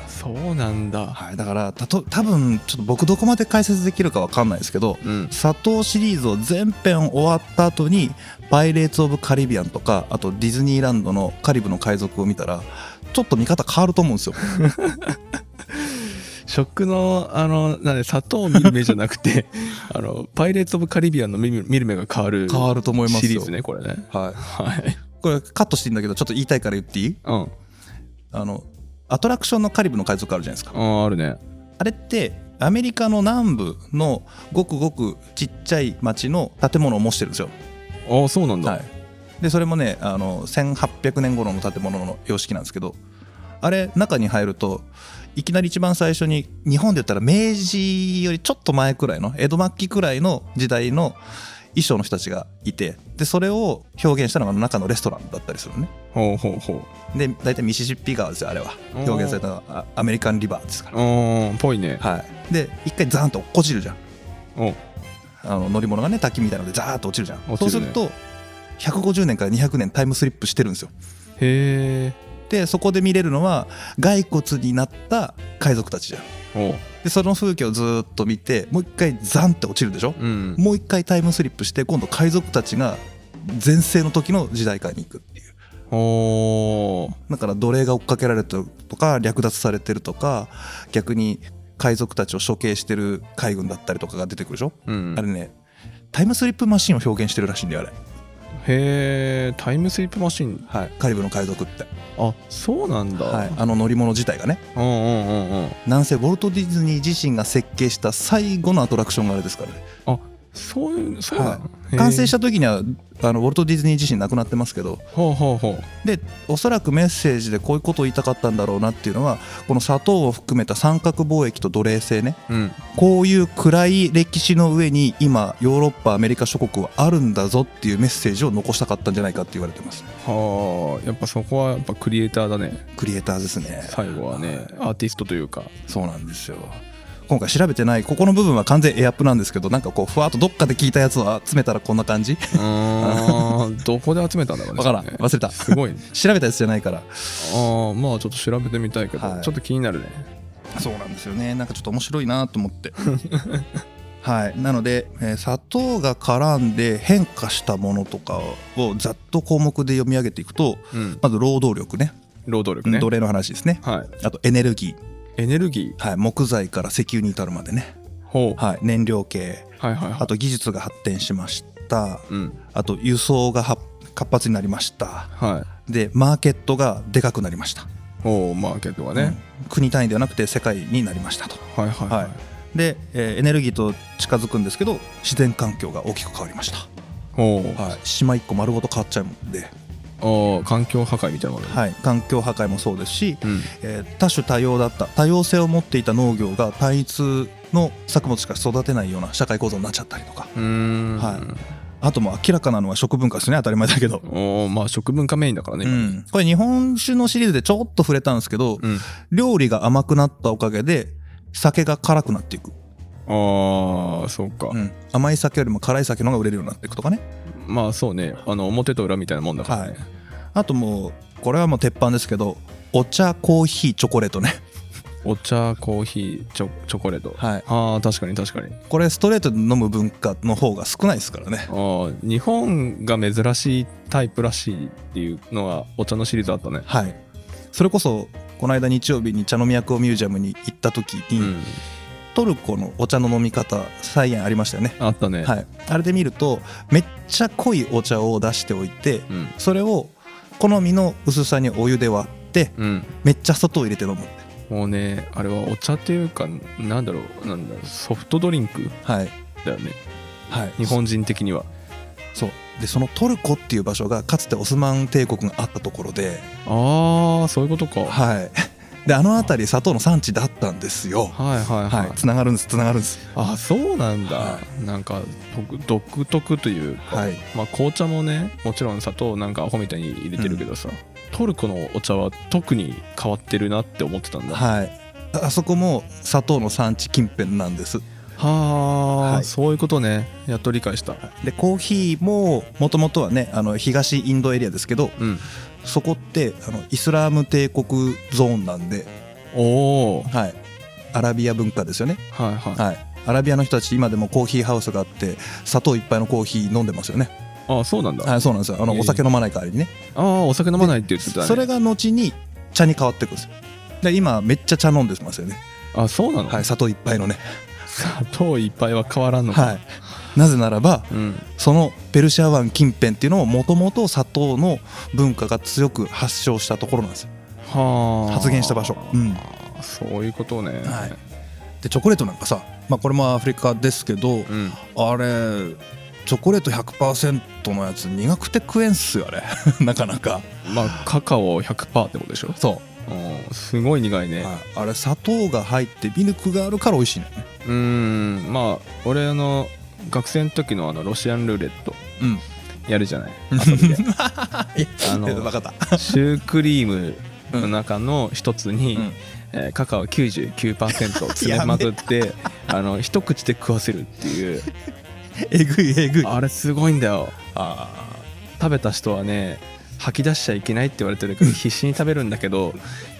[SPEAKER 1] そうなんだ
[SPEAKER 2] はい、だからたと多分ちょっと僕どこまで解説できるかわかんないですけど
[SPEAKER 1] うん
[SPEAKER 2] 佐藤シリーズを全編終わった後に「パイレーツ・オブ・カリビアン」とかあとディズニーランドの「カリブの海賊」を見たらちょっと見方変わると思うんですよ。
[SPEAKER 1] 食のあのなんで砂糖を見る目じゃなく てあのパイレーツ・オブ・カリビアンの見る見る目が変わる
[SPEAKER 2] 変わると思いますよ。
[SPEAKER 1] シリーズねこれね
[SPEAKER 2] はい、
[SPEAKER 1] はい
[SPEAKER 2] これカットしていいんだけどちょっと言いたいから言っていい
[SPEAKER 1] うん
[SPEAKER 2] あのアトラクションの「カリブの海賊」あるじゃないですか。
[SPEAKER 1] ああるね
[SPEAKER 2] あれってアメリカの南部のごくごくちっちゃい町の建物を模してるんですよ。
[SPEAKER 1] ああそうなんだ、
[SPEAKER 2] はい、でそれもねあの1800年頃の建物の様式なんですけどあれ中に入るといきなり一番最初に日本で言ったら明治よりちょっと前くらいの江戸末期くらいの時代の衣装の人たちがいてでそれを表現したのが中のレストランだったりするのね
[SPEAKER 1] ほうほうほう
[SPEAKER 2] で大体ミシシッピ川ですよあれは
[SPEAKER 1] おー
[SPEAKER 2] 表現されたのはあアメリカンリバーですから、
[SPEAKER 1] うんぽいね
[SPEAKER 2] はい、で一回ザーンと落っこちるじゃん
[SPEAKER 1] お
[SPEAKER 2] あの乗り物がね滝みたいなのでザーッと落ちるじゃん
[SPEAKER 1] 落
[SPEAKER 2] そう
[SPEAKER 1] ち
[SPEAKER 2] す
[SPEAKER 1] るね
[SPEAKER 2] ると150年から200年タイムスリップしてるんですよ
[SPEAKER 1] へえ
[SPEAKER 2] でそこで見れるのは骸骨になった海賊たちじゃん
[SPEAKER 1] お
[SPEAKER 2] でその風景をずーっと見てもう一回ザンって落ちるでしょ、
[SPEAKER 1] うん
[SPEAKER 2] もう一回タイムスリップして今度海賊たちが前世の時の時代下に行くっていう
[SPEAKER 1] おー
[SPEAKER 2] だから奴隷が追っかけられてるとか略奪されてるとか逆に海賊たちを処刑してる海軍だったりとかが出てくるでしょ、
[SPEAKER 1] うん
[SPEAKER 2] あれねタイムスリップマシンを表現してるらしいんだよあれ、
[SPEAKER 1] へえタイムスリップマシン
[SPEAKER 2] はい、カリブの海賊って、
[SPEAKER 1] あそうなんだ、
[SPEAKER 2] はい、あの乗り物自体がね
[SPEAKER 1] うんうんうんうん
[SPEAKER 2] なんせウォルト・ディズニー自身が設計した最後のアトラクションがあれですからね
[SPEAKER 1] あそういうそうなの、へー
[SPEAKER 2] 完成した時にはあのウォルト・ディズニー自身亡くなってますけど
[SPEAKER 1] ほうほうほう
[SPEAKER 2] でおそらくメッセージでこういうことを言いたかったんだろうなっていうのはこの砂糖を含めた三角貿易と奴隷制ね
[SPEAKER 1] うん
[SPEAKER 2] こういう暗い歴史の上に今ヨーロッパアメリカ諸国はあるんだぞっていうメッセージを残したかったんじゃないかって言われてます
[SPEAKER 1] はあやっぱそこはやっぱクリエイターだね
[SPEAKER 2] クリエイターですね
[SPEAKER 1] 最後はねアーティストというか
[SPEAKER 2] そうなんですよ今回調べてないここの部分は完全エアップなんですけどなんかこうふわっとどっかで聞いたやつを集めたらこんな感じ
[SPEAKER 1] うー んどこで集めたんだろうね
[SPEAKER 2] わからん
[SPEAKER 1] それね
[SPEAKER 2] 忘れた
[SPEAKER 1] す ごいね
[SPEAKER 2] 調べたやつじゃないから
[SPEAKER 1] ああまあちょっと調べてみたいけど、
[SPEAKER 2] はい
[SPEAKER 1] ちょっと気になるね
[SPEAKER 2] そうなんですよねなんかちょっと面白いなと思って はいなので、えー砂糖が絡んで変化したものとかをざっと項目で読み上げていくと
[SPEAKER 1] うん
[SPEAKER 2] まず労働力ね
[SPEAKER 1] 労働力ね
[SPEAKER 2] 奴隷の話ですね
[SPEAKER 1] はい
[SPEAKER 2] あとエネルギ
[SPEAKER 1] エネルギー
[SPEAKER 2] ー、はい、木材から石油に至るまでね、
[SPEAKER 1] ほう
[SPEAKER 2] はい、燃料系
[SPEAKER 1] はいはいは
[SPEAKER 2] あ
[SPEAKER 1] い
[SPEAKER 2] と技術が発展しました
[SPEAKER 1] うん
[SPEAKER 2] あと輸送がは活発になりました
[SPEAKER 1] はい
[SPEAKER 2] でマーケットがでかくなりました、
[SPEAKER 1] ほうマーケットがね、
[SPEAKER 2] うん国単位ではなくて世界になりましたと
[SPEAKER 1] はいはいは、
[SPEAKER 2] はいい、で、えーエネルギーと近づくんですけど自然環境が大きく変わりました、
[SPEAKER 1] ほう、
[SPEAKER 2] はい、島一個丸ごと変わっちゃうんで、
[SPEAKER 1] ああ環境破壊みたいなものね、
[SPEAKER 2] はい、環境破壊もそうですし、
[SPEAKER 1] うん
[SPEAKER 2] えー多種多様だった多様性を持っていた農業が単一の作物しか育てないような社会構造になっちゃったりとか
[SPEAKER 1] うーん
[SPEAKER 2] はいあともう明らかなのは食文化ですね当たり前だけど、
[SPEAKER 1] おーまあ食文化メインだからね、
[SPEAKER 2] う
[SPEAKER 1] 今
[SPEAKER 2] ん、これ日本酒のシリーズでちょっと触れたんですけど、
[SPEAKER 1] うん
[SPEAKER 2] 料理が甘くなったおかげで酒が辛くなっていく、
[SPEAKER 1] ああそうか、
[SPEAKER 2] うん、甘い酒よりも辛い酒の方が売れるようになっていくとかね
[SPEAKER 1] まあそうねあの表と裏みたいなもんだからね、
[SPEAKER 2] あともうこれはもう鉄板ですけどお茶コーヒーチョコレートね
[SPEAKER 1] お茶コーヒーチョチョコレート、
[SPEAKER 2] はい
[SPEAKER 1] ああ確かに確かに
[SPEAKER 2] これストレートで飲む文化の方が少ないですからね
[SPEAKER 1] ああ日本が珍しいタイプらしいっていうのがお茶のシリーズあったね
[SPEAKER 2] はいそれこそこの間日曜日に茶の都ミュージアムに行った時に、
[SPEAKER 1] うん
[SPEAKER 2] トルコのお茶の飲み方再現ありましたよね
[SPEAKER 1] あったね、
[SPEAKER 2] はいあれで見るとめっちゃ濃いお茶を出しておいて
[SPEAKER 1] うん
[SPEAKER 2] それを好みの薄さにお湯で割って
[SPEAKER 1] うん
[SPEAKER 2] めっちゃ砂糖を入れて飲む
[SPEAKER 1] もうねあれはお茶っていうかなんだろうなんだろうソフトドリンク
[SPEAKER 2] はい
[SPEAKER 1] だよね
[SPEAKER 2] はい
[SPEAKER 1] 日本人的には
[SPEAKER 2] そうでそのトルコっていう場所がかつてオスマン帝国があったところで
[SPEAKER 1] ああそういうことかはい
[SPEAKER 2] はい。 で、あの辺り砂糖の産地だったんですよ。
[SPEAKER 1] はいはい、
[SPEAKER 2] はい。つながるんです。つながるんです。
[SPEAKER 1] あそうなんだ、
[SPEAKER 2] は
[SPEAKER 1] なんか独独特というか、
[SPEAKER 2] はい。
[SPEAKER 1] まあ、紅茶もねもちろん砂糖なんかアホみたいに入れてるけどさ、トルコのお茶は特に変わってるなって思ってたんだは
[SPEAKER 2] はい。ああそこも砂糖の産地近辺なんです。
[SPEAKER 1] あ、
[SPEAKER 2] はい
[SPEAKER 1] そういうことねやっと理解した
[SPEAKER 2] で、コーヒーももともとはね、あの東インドエリアですけど、
[SPEAKER 1] うん
[SPEAKER 2] そこってあのイスラム帝国ゾーンなんで、
[SPEAKER 1] おお
[SPEAKER 2] はい。アラビア文化ですよね。
[SPEAKER 1] はいはい
[SPEAKER 2] はい。アラビアの人たち今でもコーヒーハウスがあって砂糖いっぱいのコーヒー飲んでますよね。
[SPEAKER 1] ああそうなんだ、
[SPEAKER 2] はい、そうなんですよ。あの
[SPEAKER 1] えー
[SPEAKER 2] お酒飲まない代わりにね。
[SPEAKER 1] ああお酒飲まないって言ってたね
[SPEAKER 2] それが後に茶に変わっていくんですよ。で今めっちゃ茶飲んでますよね。
[SPEAKER 1] あそうなの、
[SPEAKER 2] はい、砂糖いっぱいのね。
[SPEAKER 1] 砂糖いっぱいは変わらんのか、
[SPEAKER 2] はい。なぜならば、
[SPEAKER 1] うん
[SPEAKER 2] そのペルシャ湾近辺っていうのももともと砂糖の文化が強く発祥したところなんですよ。
[SPEAKER 1] はあ
[SPEAKER 2] 発現した場所うん
[SPEAKER 1] そういうことね
[SPEAKER 2] はいで、チョコレートなんかさ、まあこれもアフリカですけど、
[SPEAKER 1] うん
[SPEAKER 2] あれ、チョコレート100%のやつ苦くて食えんっすよ、あれ。 なかなか。
[SPEAKER 1] まあカカオ100%ってことでしょ
[SPEAKER 2] そ。
[SPEAKER 1] うんすごい苦いうね、
[SPEAKER 2] はいあれ、砂糖が入ってミルクがあるから美味しいのよね。
[SPEAKER 1] うーんまあ俺あの学生の時のあのロシアンルーレット
[SPEAKER 2] うん。
[SPEAKER 1] やるじゃ ない遊びであ
[SPEAKER 2] あ
[SPEAKER 1] の
[SPEAKER 2] の、 分かった。
[SPEAKER 1] シュークリームの中の一つに、
[SPEAKER 2] うん
[SPEAKER 1] えーカカオ99%を詰めまくってあの一口で食わせるっていう
[SPEAKER 2] えぐいえぐい。
[SPEAKER 1] あれすごいんだよ
[SPEAKER 2] あ
[SPEAKER 1] 食べた人はね吐き出しちゃいけないって言われてるから必死に食べるんだけど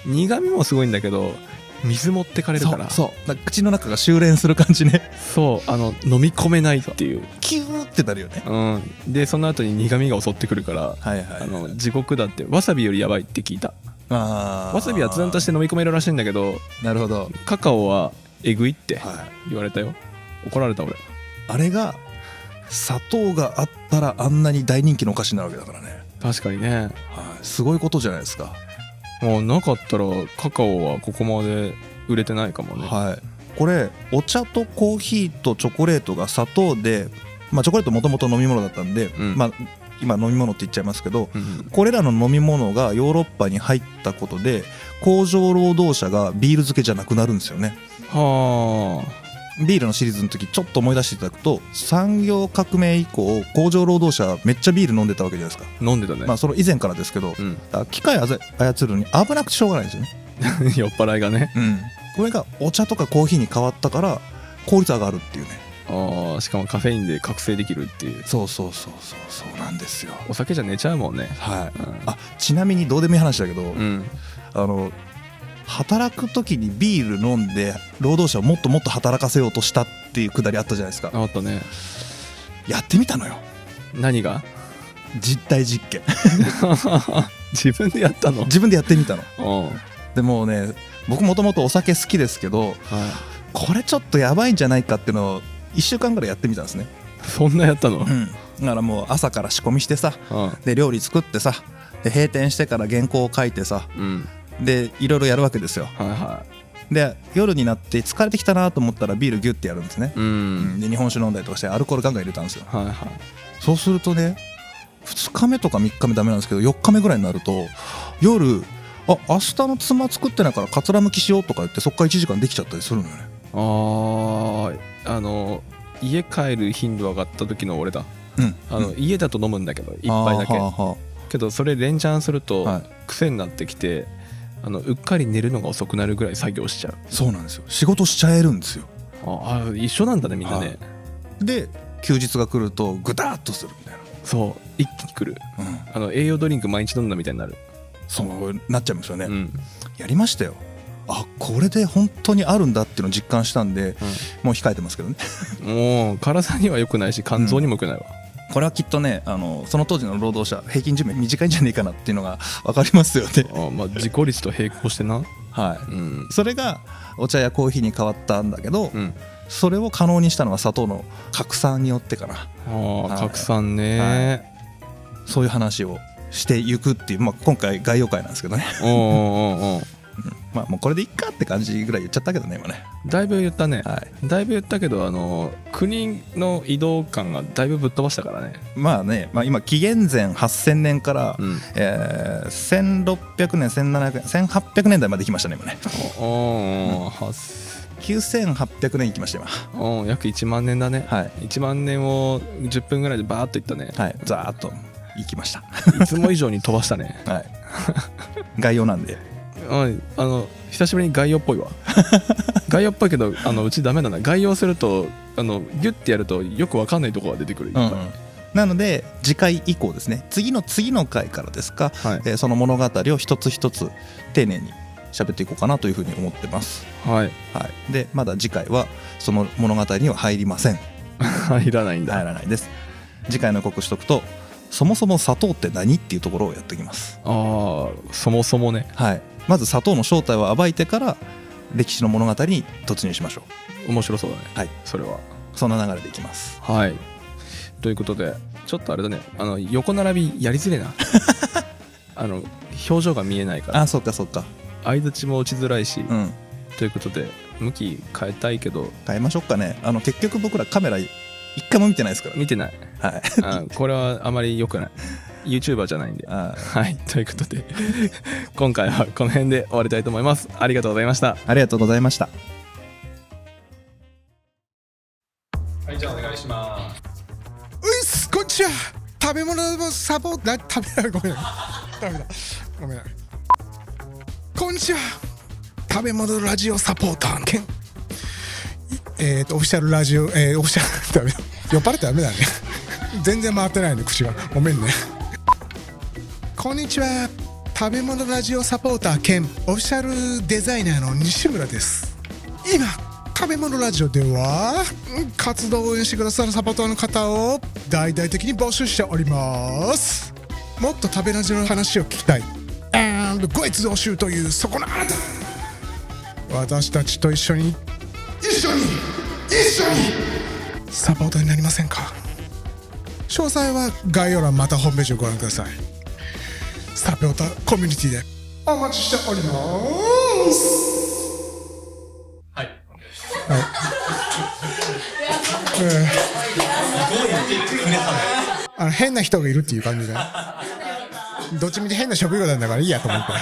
[SPEAKER 1] 苦味もすごいんだけど水持ってかれるから
[SPEAKER 2] そうそうだから口の中が修練する感じね
[SPEAKER 1] そうあの飲み込めないっていう、
[SPEAKER 2] キューってなるよね
[SPEAKER 1] うん、でその後に苦味が襲ってくるから
[SPEAKER 2] はいはい
[SPEAKER 1] あの地獄だってわさびよりやばいって聞いた
[SPEAKER 2] あー
[SPEAKER 1] わさびはツンとして飲み込めるらしいんだけど
[SPEAKER 2] なるほど、
[SPEAKER 1] カカオはえぐいって
[SPEAKER 2] はい、
[SPEAKER 1] 言われたよ怒られた俺
[SPEAKER 2] あれが砂糖があったらあんなに大人気のお菓子になるわけだからね、
[SPEAKER 1] 確かにね
[SPEAKER 2] はい、すごいことじゃないですか、
[SPEAKER 1] もうなかったらカカオはここまで売れてないかもね
[SPEAKER 2] はいこれお茶とコーヒーとチョコレートが砂糖で、まあ、チョコレートもともと飲み物だったんで、
[SPEAKER 1] うん
[SPEAKER 2] まあ、今飲み物って言っちゃいますけど
[SPEAKER 1] うん
[SPEAKER 2] これらの飲み物がヨーロッパに入ったことで工場労働者がビール漬けじゃなくなるんですよね
[SPEAKER 1] は
[SPEAKER 2] ビールのシリーズの時ちょっと思い出していただくと産業革命以降工場労働者はめっちゃビール飲んでたわけじゃないですか、
[SPEAKER 1] あ飲んでたね、
[SPEAKER 2] まあその以前からですけどだ
[SPEAKER 1] うん、
[SPEAKER 2] から機械あざ操るのに危なくてしょうがないんですよね
[SPEAKER 1] 酔っ払いがね
[SPEAKER 2] うん、これがお茶とかコーヒーに変わったから効率上がるっていうね
[SPEAKER 1] ああしかもカフェインで覚醒できるっていう
[SPEAKER 2] そうそうそうそうそうなんですよ
[SPEAKER 1] お酒じゃ寝ちゃうもんね
[SPEAKER 2] はい
[SPEAKER 1] うん
[SPEAKER 2] あちなみにどうでもいい話だけど、
[SPEAKER 1] うん
[SPEAKER 2] あの働く時にビール飲んで労働者をもっともっと働かせようとしたっていうくだりあったじゃないですか
[SPEAKER 1] あったね
[SPEAKER 2] やってみたのよ
[SPEAKER 1] 何が
[SPEAKER 2] 実体実験
[SPEAKER 1] 自分でやったの
[SPEAKER 2] 自分でやってみたの
[SPEAKER 1] うんはい
[SPEAKER 2] でもうね僕もともとお酒好きですけどこれちょっとやばいんじゃないかっていうのを1週間ぐらいやってみたんですね、
[SPEAKER 1] そんなやったの
[SPEAKER 2] うん、だからもう朝から仕込みしてさ
[SPEAKER 1] うん
[SPEAKER 2] で料理作ってさで閉店してから原稿を書いてさ
[SPEAKER 1] うん
[SPEAKER 2] でいろいろやるわけですよ
[SPEAKER 1] はいは
[SPEAKER 2] で夜になって疲れてきたなと思ったらビールギュッてやるんですね
[SPEAKER 1] いうん
[SPEAKER 2] で日本酒飲んだりとかしてアルコールガンガン入れたんですよ
[SPEAKER 1] はいはい
[SPEAKER 2] そうするとね2日目とか3日目ダメなんですけど4日目ぐらいになると夜あ明日の妻作ってないからかつらむきしようとか言ってそっから1時間できちゃったりするのよね
[SPEAKER 1] あーあの家帰る頻度上がった時の俺だ
[SPEAKER 2] うん
[SPEAKER 1] あ
[SPEAKER 2] う
[SPEAKER 1] の、
[SPEAKER 2] ん
[SPEAKER 1] 家だと飲むんだけど一杯だけ
[SPEAKER 2] あーはーは
[SPEAKER 1] けどそれ連チャンする
[SPEAKER 2] ー
[SPEAKER 1] と
[SPEAKER 2] はい
[SPEAKER 1] 癖になってきてあのうっかり寝るのが遅くなるぐらい作業しちゃう
[SPEAKER 2] そうなんですよ仕事しちゃえるんですよ
[SPEAKER 1] ああ一緒なんだねみんなね、
[SPEAKER 2] はいで休日が来るとグダーッとするみたい
[SPEAKER 1] そう一気に来る
[SPEAKER 2] な、うん、
[SPEAKER 1] あの栄養ドリンク毎日飲んだみたいになる、
[SPEAKER 2] そうなっちゃいますよね、
[SPEAKER 1] うん
[SPEAKER 2] やりましたよあこれで本当にあるんだっていうのを実感したんで、もう控えてますけどね
[SPEAKER 1] もう体には良くないし肝臓にも良くないわ、
[SPEAKER 2] これはきっとねあのその当時の労働者平均寿命短いんじゃないかなっていうのが分かります よね
[SPEAKER 1] あまあ自己率と並行してな
[SPEAKER 2] は
[SPEAKER 1] うん
[SPEAKER 2] いそれがお茶やコーヒーに変わったんだけど、
[SPEAKER 1] うん
[SPEAKER 2] それを可能にしたのは砂糖の拡散によってかな
[SPEAKER 1] あ
[SPEAKER 2] は
[SPEAKER 1] あ
[SPEAKER 2] い
[SPEAKER 1] 拡散ね、
[SPEAKER 2] そういう話をしていくっていう、まあ、今回概要会なんですけどね
[SPEAKER 1] おうんうんうん
[SPEAKER 2] まあもうこれでいっかって感じぐらい言っちゃったけどね今ね
[SPEAKER 1] だいぶ言ったね、
[SPEAKER 2] はい
[SPEAKER 1] だいぶ言ったけどあの国の移動感がだいぶぶっ飛ばしたからね
[SPEAKER 2] まあね、まあ、今紀元前8000年から、
[SPEAKER 1] うん
[SPEAKER 2] えー1600年1700年1800年代まで来ましたね今ね
[SPEAKER 1] おお8
[SPEAKER 2] 9800年行きました今
[SPEAKER 1] お約1万年だね、
[SPEAKER 2] はい、
[SPEAKER 1] 1万年を10分ぐらいでバーッといったね、
[SPEAKER 2] はい、ざーっと行きました
[SPEAKER 1] い、つも以上に飛ばしたね
[SPEAKER 2] はい 概要なんで
[SPEAKER 1] うんあの久しぶりに概要っ ぽいわ概要っぽいけどあのうちダメなんだ概要するとあのギュッてやるとよくわかんないとこが出てくる、
[SPEAKER 2] うんなので次回以降ですね次の次の回からですか、
[SPEAKER 1] はい
[SPEAKER 2] えーその物語を一つ一つ丁寧に喋っていこうかなというふうに思ってます、
[SPEAKER 1] はい
[SPEAKER 2] はい、でまだ次回はその物語には入りません
[SPEAKER 1] 入らないんだ、
[SPEAKER 2] 入らないです次回の予告しとくとそもそも砂糖って何っていうところをやっていきます
[SPEAKER 1] ああそもそもね
[SPEAKER 2] はいまず砂糖の正体を暴いてから歴史の物語に突入しましょ
[SPEAKER 1] 面白そうだね
[SPEAKER 2] はい
[SPEAKER 1] それは
[SPEAKER 2] うそんな流れでいきます
[SPEAKER 1] はいということでちょっとあれだねあの横並びやりづれえ なあの表情が見えないから
[SPEAKER 2] あそっかそっか
[SPEAKER 1] 相づちも打ちづらいし、
[SPEAKER 2] うん
[SPEAKER 1] ということで向き変えたいけど
[SPEAKER 2] 変えましょうかねあの結局僕らカメラ一回も見てないですからね
[SPEAKER 1] 見てない
[SPEAKER 2] はい
[SPEAKER 1] あこれはあまり良くない YouTuber じゃないんで
[SPEAKER 2] あ
[SPEAKER 1] はいということで今回はこの辺で終わりたいと思いますありがとうございました
[SPEAKER 2] ありがとうございました
[SPEAKER 1] はいじゃあお願いします
[SPEAKER 3] ういっすこんにちは食べ物のサポートな食べられごめんダメだごめんこんにちは食べ物ラジオサポーター兼えっ、とオフィシャルラジオえー、オフィシャル ダメだ酔っ払ってダメだね全然回ってないね口がごめんねこんにちは食べ物ラジオサポーター兼オフィシャルデザイナーの西村です今食べ物ラジオではうん活動を応援してくださるサポーターの方を大々的に募集しておりますもっと食べラジオの話を聞きたい and ご越道集というそこのあなた私たちと一緒に一緒に一緒にサポーターになりませんか詳細は概要欄またホームページをご覧くださいサポーターコミュニティでお待ちしております
[SPEAKER 1] は
[SPEAKER 3] あの変な人がいるっていう感じでどっちみち変な職業なんだからいいやと思って